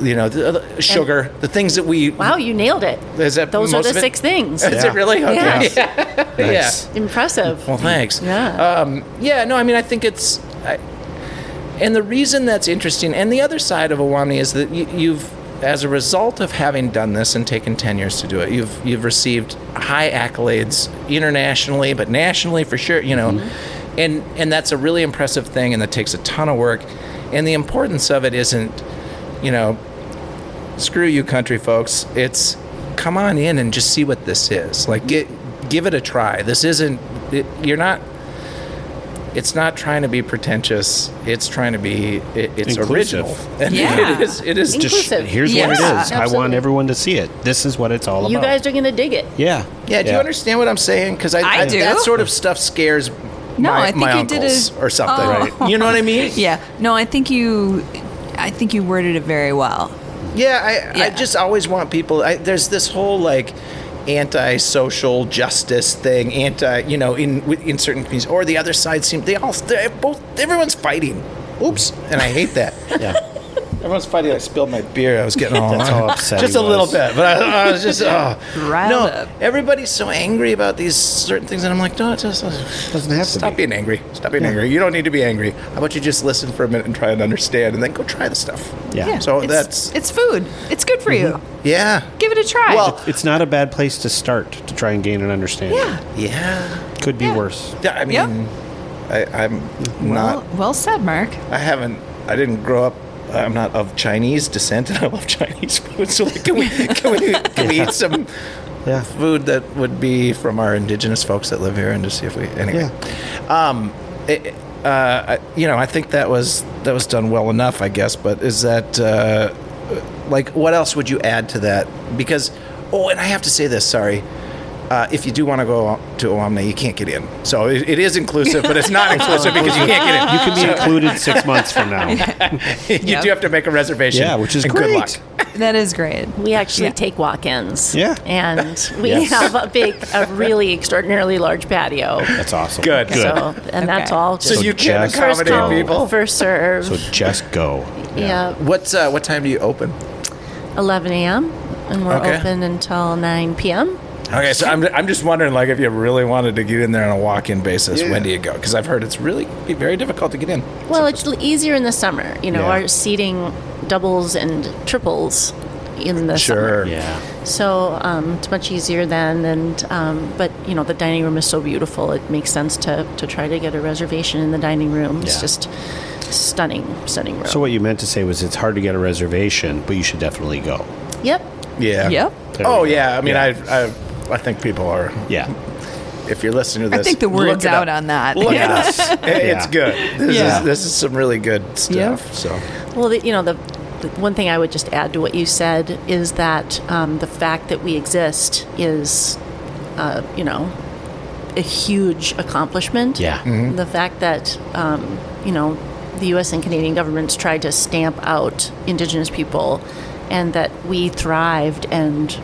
A: you know, the, the sugar, the things that we.
D: Wow, you nailed it.
A: Is that
D: Those
A: most
D: are
A: of
D: the
A: it?
D: six things.
A: Is it really? Okay.
D: Yeah.
A: Yeah. Yeah.
D: Impressive.
A: Well, thanks.
D: Yeah.
A: Um, yeah. No, I mean, I think it's. I, and the reason that's interesting, and the other side of Awamni is that you, you've, as a result of having done this and taken ten years to do it, you've you've received high accolades internationally, but nationally for sure. You know,
D: Mm-hmm.
A: and and that's a really impressive thing, and that takes a ton of work. And the importance of it isn't, you know, screw you country folks it's come on in and just see what this is like get give it a try this isn't it, you're not it's not trying to be pretentious it's trying to be it, it's
C: Inclusive.
A: original and
B: Yeah.
A: it is it is just
D: Inclusive.
C: Here's what it
B: Yeah,
C: is. I want
D: absolutely.
C: everyone to see it. This is what it's all
D: you
C: about.
D: guys are going to dig it.
L: Yeah.
A: yeah do you understand what i'm saying because I,
B: I
A: I-
B: do.
A: that sort of stuff scares
B: No,
A: my,
B: I think
A: my
B: you did
A: uncles
B: a-
A: or something
B: Oh.
A: right you know what i mean
B: yeah. No, I think you I think you worded it very well.
A: Yeah, I, I
B: Yeah.
A: just always want people. I, there's this whole like anti-social justice thing, anti, you know, in wi- in certain communities, or the other side seem they all they're both everyone's fighting. Oops, and I hate that. yeah, everyone's fighting. I spilled my beer. I was getting all
C: That's how upset
A: just
C: he
A: a little
C: was.
A: bit, but I, I was just oh
B: Riled
A: no.
B: up.
A: Everybody's so angry about these certain things, and I'm like, no, it just doesn't
C: have to
A: Stop
C: be.
A: being angry. Stop being angry. You don't need to be angry. How about you just listen for a minute and try and understand, and then go try the stuff.
C: Yeah.
A: So
B: it's,
A: that's
B: it's food. It's good for you.
A: yeah.
B: Give it a try.
A: Well-
C: It's not a bad place to start to try and gain an understanding.
B: yeah.
A: Yeah.
C: Could be
B: Yeah.
C: worse.
A: Yeah, I mean,
B: Yep.
A: I, I'm
B: Well,
A: not.
B: well said, Mark.
A: I haven't. I didn't grow up. I'm not of Chinese descent, and I love Chinese food. So like, can we can we can we eat some
C: Yeah.
A: food that would be from our indigenous folks that live here, and just see if we anyway. Um, it, uh, I- you know, I think that was that was done well enough, I guess. But is that uh, like what else would you add to that? Because oh, and I have to say this. Sorry. Uh, if you do want to go to Oamna, you can't get in. So it, it is inclusive, but it's not inclusive because you can't get in.
C: You can be included six months from now.
A: you
B: Yep.
A: do have to make a reservation.
M: Yeah, which is
A: and Good
M: great.
A: luck.
B: That is great.
D: We actually
B: Yeah.
D: take walk-ins.
M: Yeah.
D: And we have a big, a really extraordinarily large patio.
M: That's awesome.
A: Good.
D: So, and that's
B: Okay.
D: all.
A: So
D: just
A: you can
M: just
D: first
A: accommodate
D: come,
A: people.
D: first serve.
M: So just go.
D: yeah.
A: What's uh, what time do you open?
D: 11 a.m. and we're
A: Okay.
D: open until 9 p.m.
A: Okay, so I'm, I'm just wondering, like, if you really wanted to get in there on a walk-in basis, when do you go? Because I've heard it's really be very difficult to get in.
D: Well, it's l- easier in the summer. You know,
A: Yeah.
D: our seating doubles and triples in the summer.
M: Yeah.
D: So um, it's much easier then. And um, but you know, the dining room is so beautiful. It makes sense to to try to get a reservation in the dining room. It's
M: Yeah.
D: just stunning, stunning room.
M: So what you meant to say was it's hard to get a reservation, but you should definitely go.
D: yep.
A: Yeah.
B: Yep.
M: There
A: Oh
M: we go.
A: yeah. I mean,
M: Yeah.
A: I, I I think people are.
M: Yeah.
A: If you're listening to
B: I
A: this,
B: think the
A: look
B: word's
A: it up.
B: out on that.
A: Look
B: Yeah.
A: it up. It- It's
M: Yeah.
A: good. This
B: Yeah.
A: is this is some really good stuff.
B: Yep.
A: So
D: Well, the, you know, the, the one thing I would just add to what you said is that um, the fact that we exist is, uh, you know, a huge accomplishment.
M: Yeah.
N: Mm-hmm.
D: The fact that, um, you know, the U.S. and Canadian governments tried to stamp out Indigenous people, and that we thrived and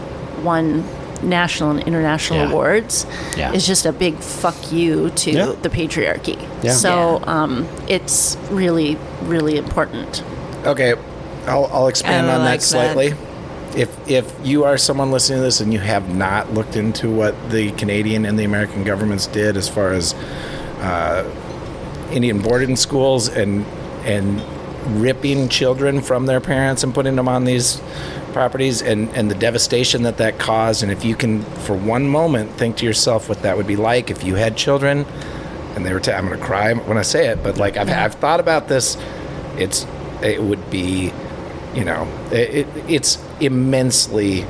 D: won national and international
M: Yeah.
D: awards
M: Yeah.
D: is just a big fuck you to
M: Yeah.
D: the patriarchy.
M: Yeah.
D: So um, it's really, really important.
A: okay, I'll I'll expand
B: I
A: on that
B: like that.
A: slightly. If if you are someone listening to this and you have not looked into what the Canadian and the American governments did as far as Indian boarding schools and and ripping children from their parents and putting them on these properties and and the devastation that that caused and if you can for one moment think to yourself what that would be like if you had children and they were i I'm going to cry when I say it but like I've I've thought about this it's it would be you know it, it it's immensely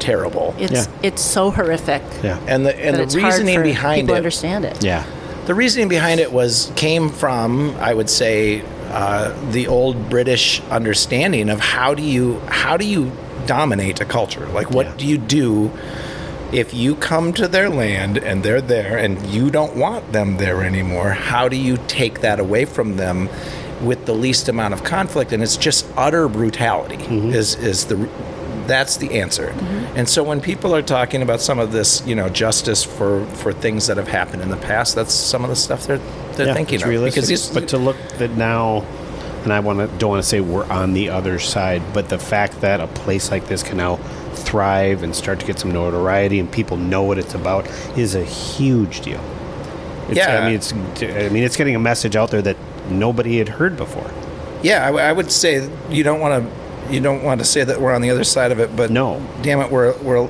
A: terrible
D: It's it's so horrific.
M: Yeah.
A: and the and
D: that
A: the
D: it's hard
A: reasoning
D: for
A: behind
D: people
A: it
D: understand it.
M: Yeah.
A: the reasoning behind it was came from, I would say, uh, the old British understanding of how do you how do you dominate a culture? Like, what
M: Yeah.
A: do you do if you come to their land and they're there and you don't want them there anymore? How do you take that away from them? With the least amount of conflict, and it's just utter brutality
C: Mm-hmm.
A: is is the that's the answer. And so when people are talking about some of this, you know, justice for for things that have happened in the past, that's some of the stuff they're they're
C: Yeah,
A: thinking
C: it's
A: of.
C: realistic.
A: Because these,
C: but to look that now, and I want to don't want to say we're on the other side, but the fact that a place like this can now thrive and start to get some notoriety and people know what it's about is a huge deal. It's,
A: Yeah.
C: I mean it's I mean it's getting a message out there that nobody had heard before.
A: yeah, I, w- I would say you don't want to you don't want to say that we're on the other side of it, but
C: No.
A: damn it, we're we're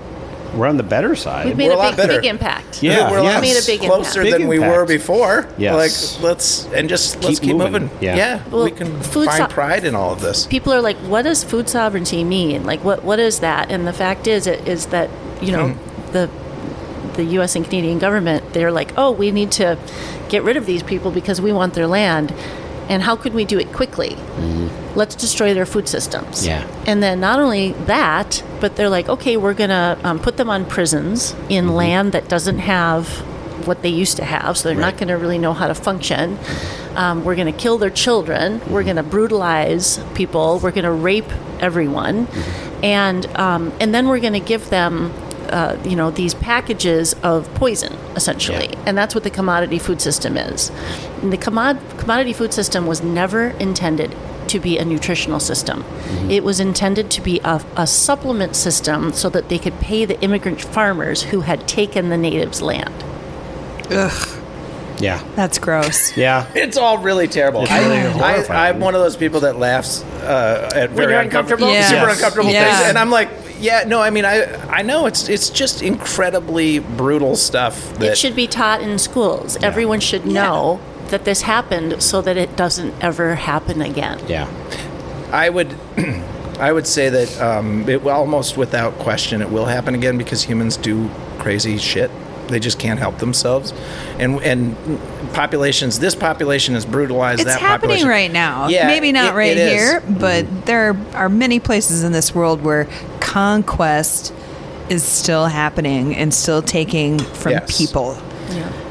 C: We're on the better side.
D: We've made
A: We're a
D: a,
A: lot
D: big,
A: better.
D: big impact.
M: Yeah,
A: we're a lot
D: Made a big
A: closer
D: impact.
A: than
M: Big
A: we were
M: impact.
A: before.
M: Yes.
A: Like let's and just let's
M: Keep
A: keep moving.
M: moving.
A: Yeah,
M: Yeah.
D: Well,
A: we can
D: food
A: find
D: so-
A: pride in all of this.
D: People are like, "What does food sovereignty mean? Like, what what is that?" And the fact is, it is that you know the the U.S. and Canadian government they're like, "Oh, we need to get rid of these people because we want their land." And how could we do it quickly? Let's destroy their food systems.
M: Yeah.
D: And then not only that, but they're like, okay, we're going to um, put them on prisons in land that doesn't have what they used to have, so they're not going to really know how to function. Um, we're going to kill their children. We're going to brutalize people. We're going to rape everyone, and um, and then we're going to give them. Uh, you know these packages of poison essentially and that's what the commodity food system is and the commod- commodity food system was never intended to be a nutritional system. It was intended to be a, a supplement system so that they could pay the immigrant farmers who had taken the natives' land.
E: Yeah.
B: That's gross.
E: Yeah.
N: It's all really terrible. I, I, I'm one of those people that laughs uh, at very
D: you're
N: uncomfortable,
B: uncomfortable?
N: super
B: Yes.
N: uncomfortable
B: Yeah.
N: things, and I'm like, yeah, no, I mean, I I know it's it's just incredibly brutal stuff. That
D: It should be taught in schools. Everyone should know that this happened so that it doesn't ever happen again.
E: Yeah.
N: I would I would say that um, it will- almost without question it will happen again because humans do crazy shit. They just can't help themselves, and and populations. This population is brutalized.
B: It's
N: that
B: happening
N: population.
B: right now.
N: Yeah,
B: Maybe not
N: it-
B: right
N: it is.
B: here, but there are many places in this world where conquest is still happening and still taking from
N: Yes.
B: people.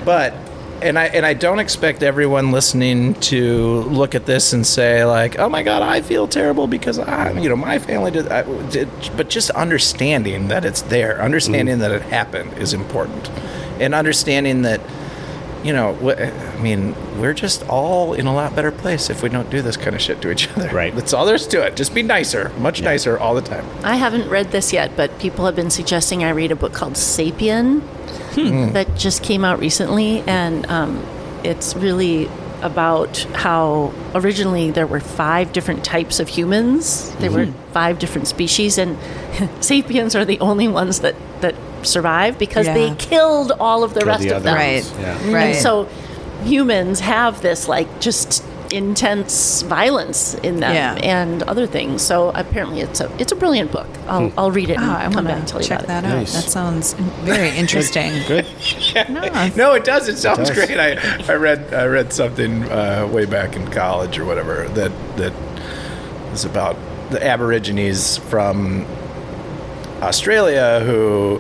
N: but and I and I don't expect everyone listening to look at this and say like, "Oh my God, I feel terrible because I, you know, my family did." I, did but just understanding that it's there, understanding that it happened is important, and understanding that, you know, wh- I mean, we're just all in a lot better place if we don't do this kind of shit to each other.
E: Right.
N: That's all there's to it. Just be nicer, much nicer all the time.
D: I haven't read this yet, but people have been suggesting I read a book called Sapien
E: Hmm.
D: that just came out recently, and um, it's really about how originally there were five different types of humans. There were
E: Hmm.
D: five different species, and sapiens are the only ones that that survive because
B: Yeah.
D: they killed all of the rest
E: the
D: of
E: other
D: them.
B: Right.
E: Yeah.
B: Right.
D: And so humans have this like just intense violence in them
B: Yeah.
D: and other things. So apparently it's a it's a brilliant book. I'll, I'll read it and
B: Oh, I
D: come
B: want
D: back and tell
B: to
D: you
B: check that
D: about it.
B: out. That sounds very interesting.
E: Good.
B: No,
N: No, it does. It sounds great. I, I read I read something uh, way back in college or whatever that that is about the Aborigines from Australia who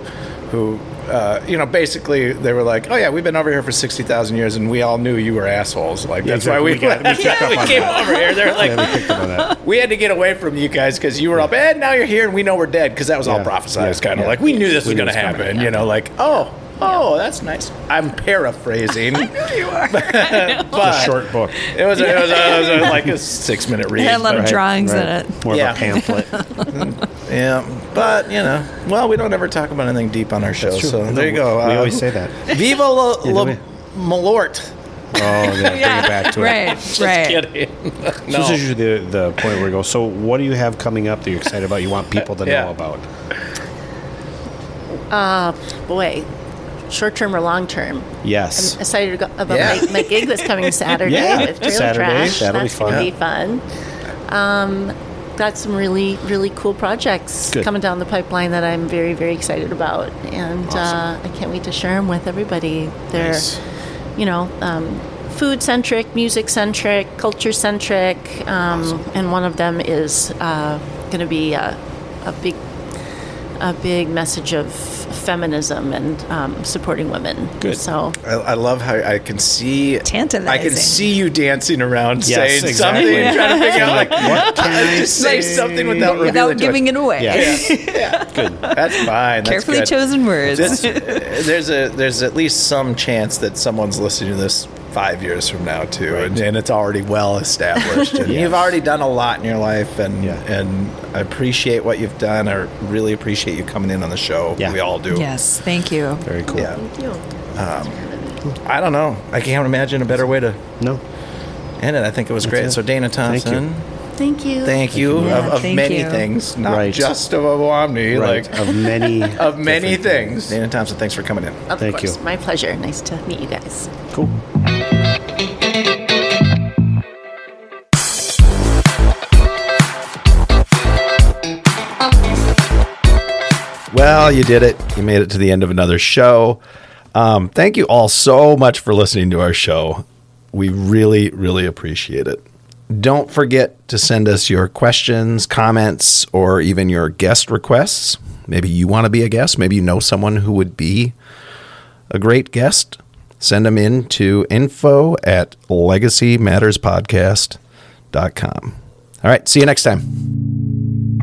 N: who uh, you know basically they were like, oh yeah, we've been over here for sixty thousand years and we all knew you were assholes. Like that's why we,
C: exactly. We got- we picked up
N: we
C: on
N: came
C: that.
N: over here. They're like.
C: Yeah, we picked up on that.
N: We had to get away from you guys because you were up, and now you're here, and we know we're dead because that was all
C: Yeah.
N: prophesized.
C: Yeah.
N: Kind of
C: Yeah.
N: like we knew this was
C: knew
N: going to
C: it was coming.
N: happen. You know, like oh, oh, that's nice. I'm paraphrasing. I knew you are. but
C: A short book.
N: it was, it was, it was, uh, like a six minute read.
B: it had a lot of
N: but-
B: drawings
C: Right.
B: in it.
C: More
N: Yeah.
C: of a pamphlet.
N: Yeah, but you know, well, we don't ever talk about anything deep on our show,
C: That's true.
N: so
C: No,
N: there you go.
C: We
N: Uh,
C: always say that.
N: Viva la,
C: Yeah,
N: la
C: don't
N: Malort.
C: Oh, yeah, bring it back to it.
B: Right, right.
C: So This is usually the, the point where we go, so what do you have coming up that you're excited about, you want people to
N: Yeah.
C: know about?
D: Boy, short term or long term.
E: Yes.
D: I'm excited to go- about
N: Yeah.
D: my, my gig that's coming Saturday
E: Yeah,
D: with Trail
E: Saturday.
D: Trash.
E: That'll be
D: that's gonna
E: fun.
D: be fun. Um, got some really really cool projects
E: Good.
D: coming down the pipeline that I'm very very excited about, and uh, I can't wait to share them with everybody. They're
E: Nice.
D: you know. Um, Food centric, music centric, culture centric, um, and one of them is uh, going to be a, a big, a big message of feminism and um, supporting women. Good. So
N: I, I love how I can see I
B: Tantalizing.
N: can see you dancing around,
E: Yes,
N: saying
E: exactly.
N: something, trying to figure out like
E: What can I
N: just say
E: say?
N: something without revealing
B: Without giving
N: it.
B: it away.
E: Yeah.
N: Good. That's fine. That's
B: Carefully
N: good.
B: chosen words.
N: This- there's a there's at least some chance that someone's listening to this five years from now too, and, and it's already well established. And
E: Yes.
N: You've already done a lot in your life, and
E: Yeah.
N: and I appreciate what you've done. I really appreciate you coming in on the show.
E: Yeah.
N: We all do.
B: Yes, thank you.
E: Very cool.
N: Yeah.
D: Thank you.
N: I don't know. I can't imagine a better way to
E: No.
N: end it. I think it was great.
E: it.
N: So Dana
E: Thank you.
N: Thompson.
D: Thank you.
N: Thank you
B: Yeah,
N: of, of
B: thank
N: many
B: you.
N: things, not
E: Right.
N: just of Awamni,
E: Right.
N: like
E: of many.
N: of many
E: different
N: things. Dana Thompson, thanks for coming in.
D: Of
E: Thank
D: course.
E: you.
D: My pleasure. Nice to meet you guys.
E: Cool.
A: Well, you did it. You made it to the end of another show. Um, thank you all so much for listening to our show. We really, really appreciate it. Don't forget to send us your questions, comments, or even your guest requests. Maybe you want to be a guest. Maybe you know someone who would be a great guest.
C: send them in to info at legacymatterspodcast.com. All right, see you next time.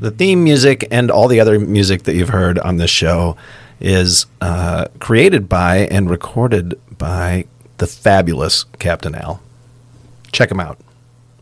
C: The theme music and all the other music that you've heard on this show is uh, created by and recorded by the fabulous Captain Al. Check him out.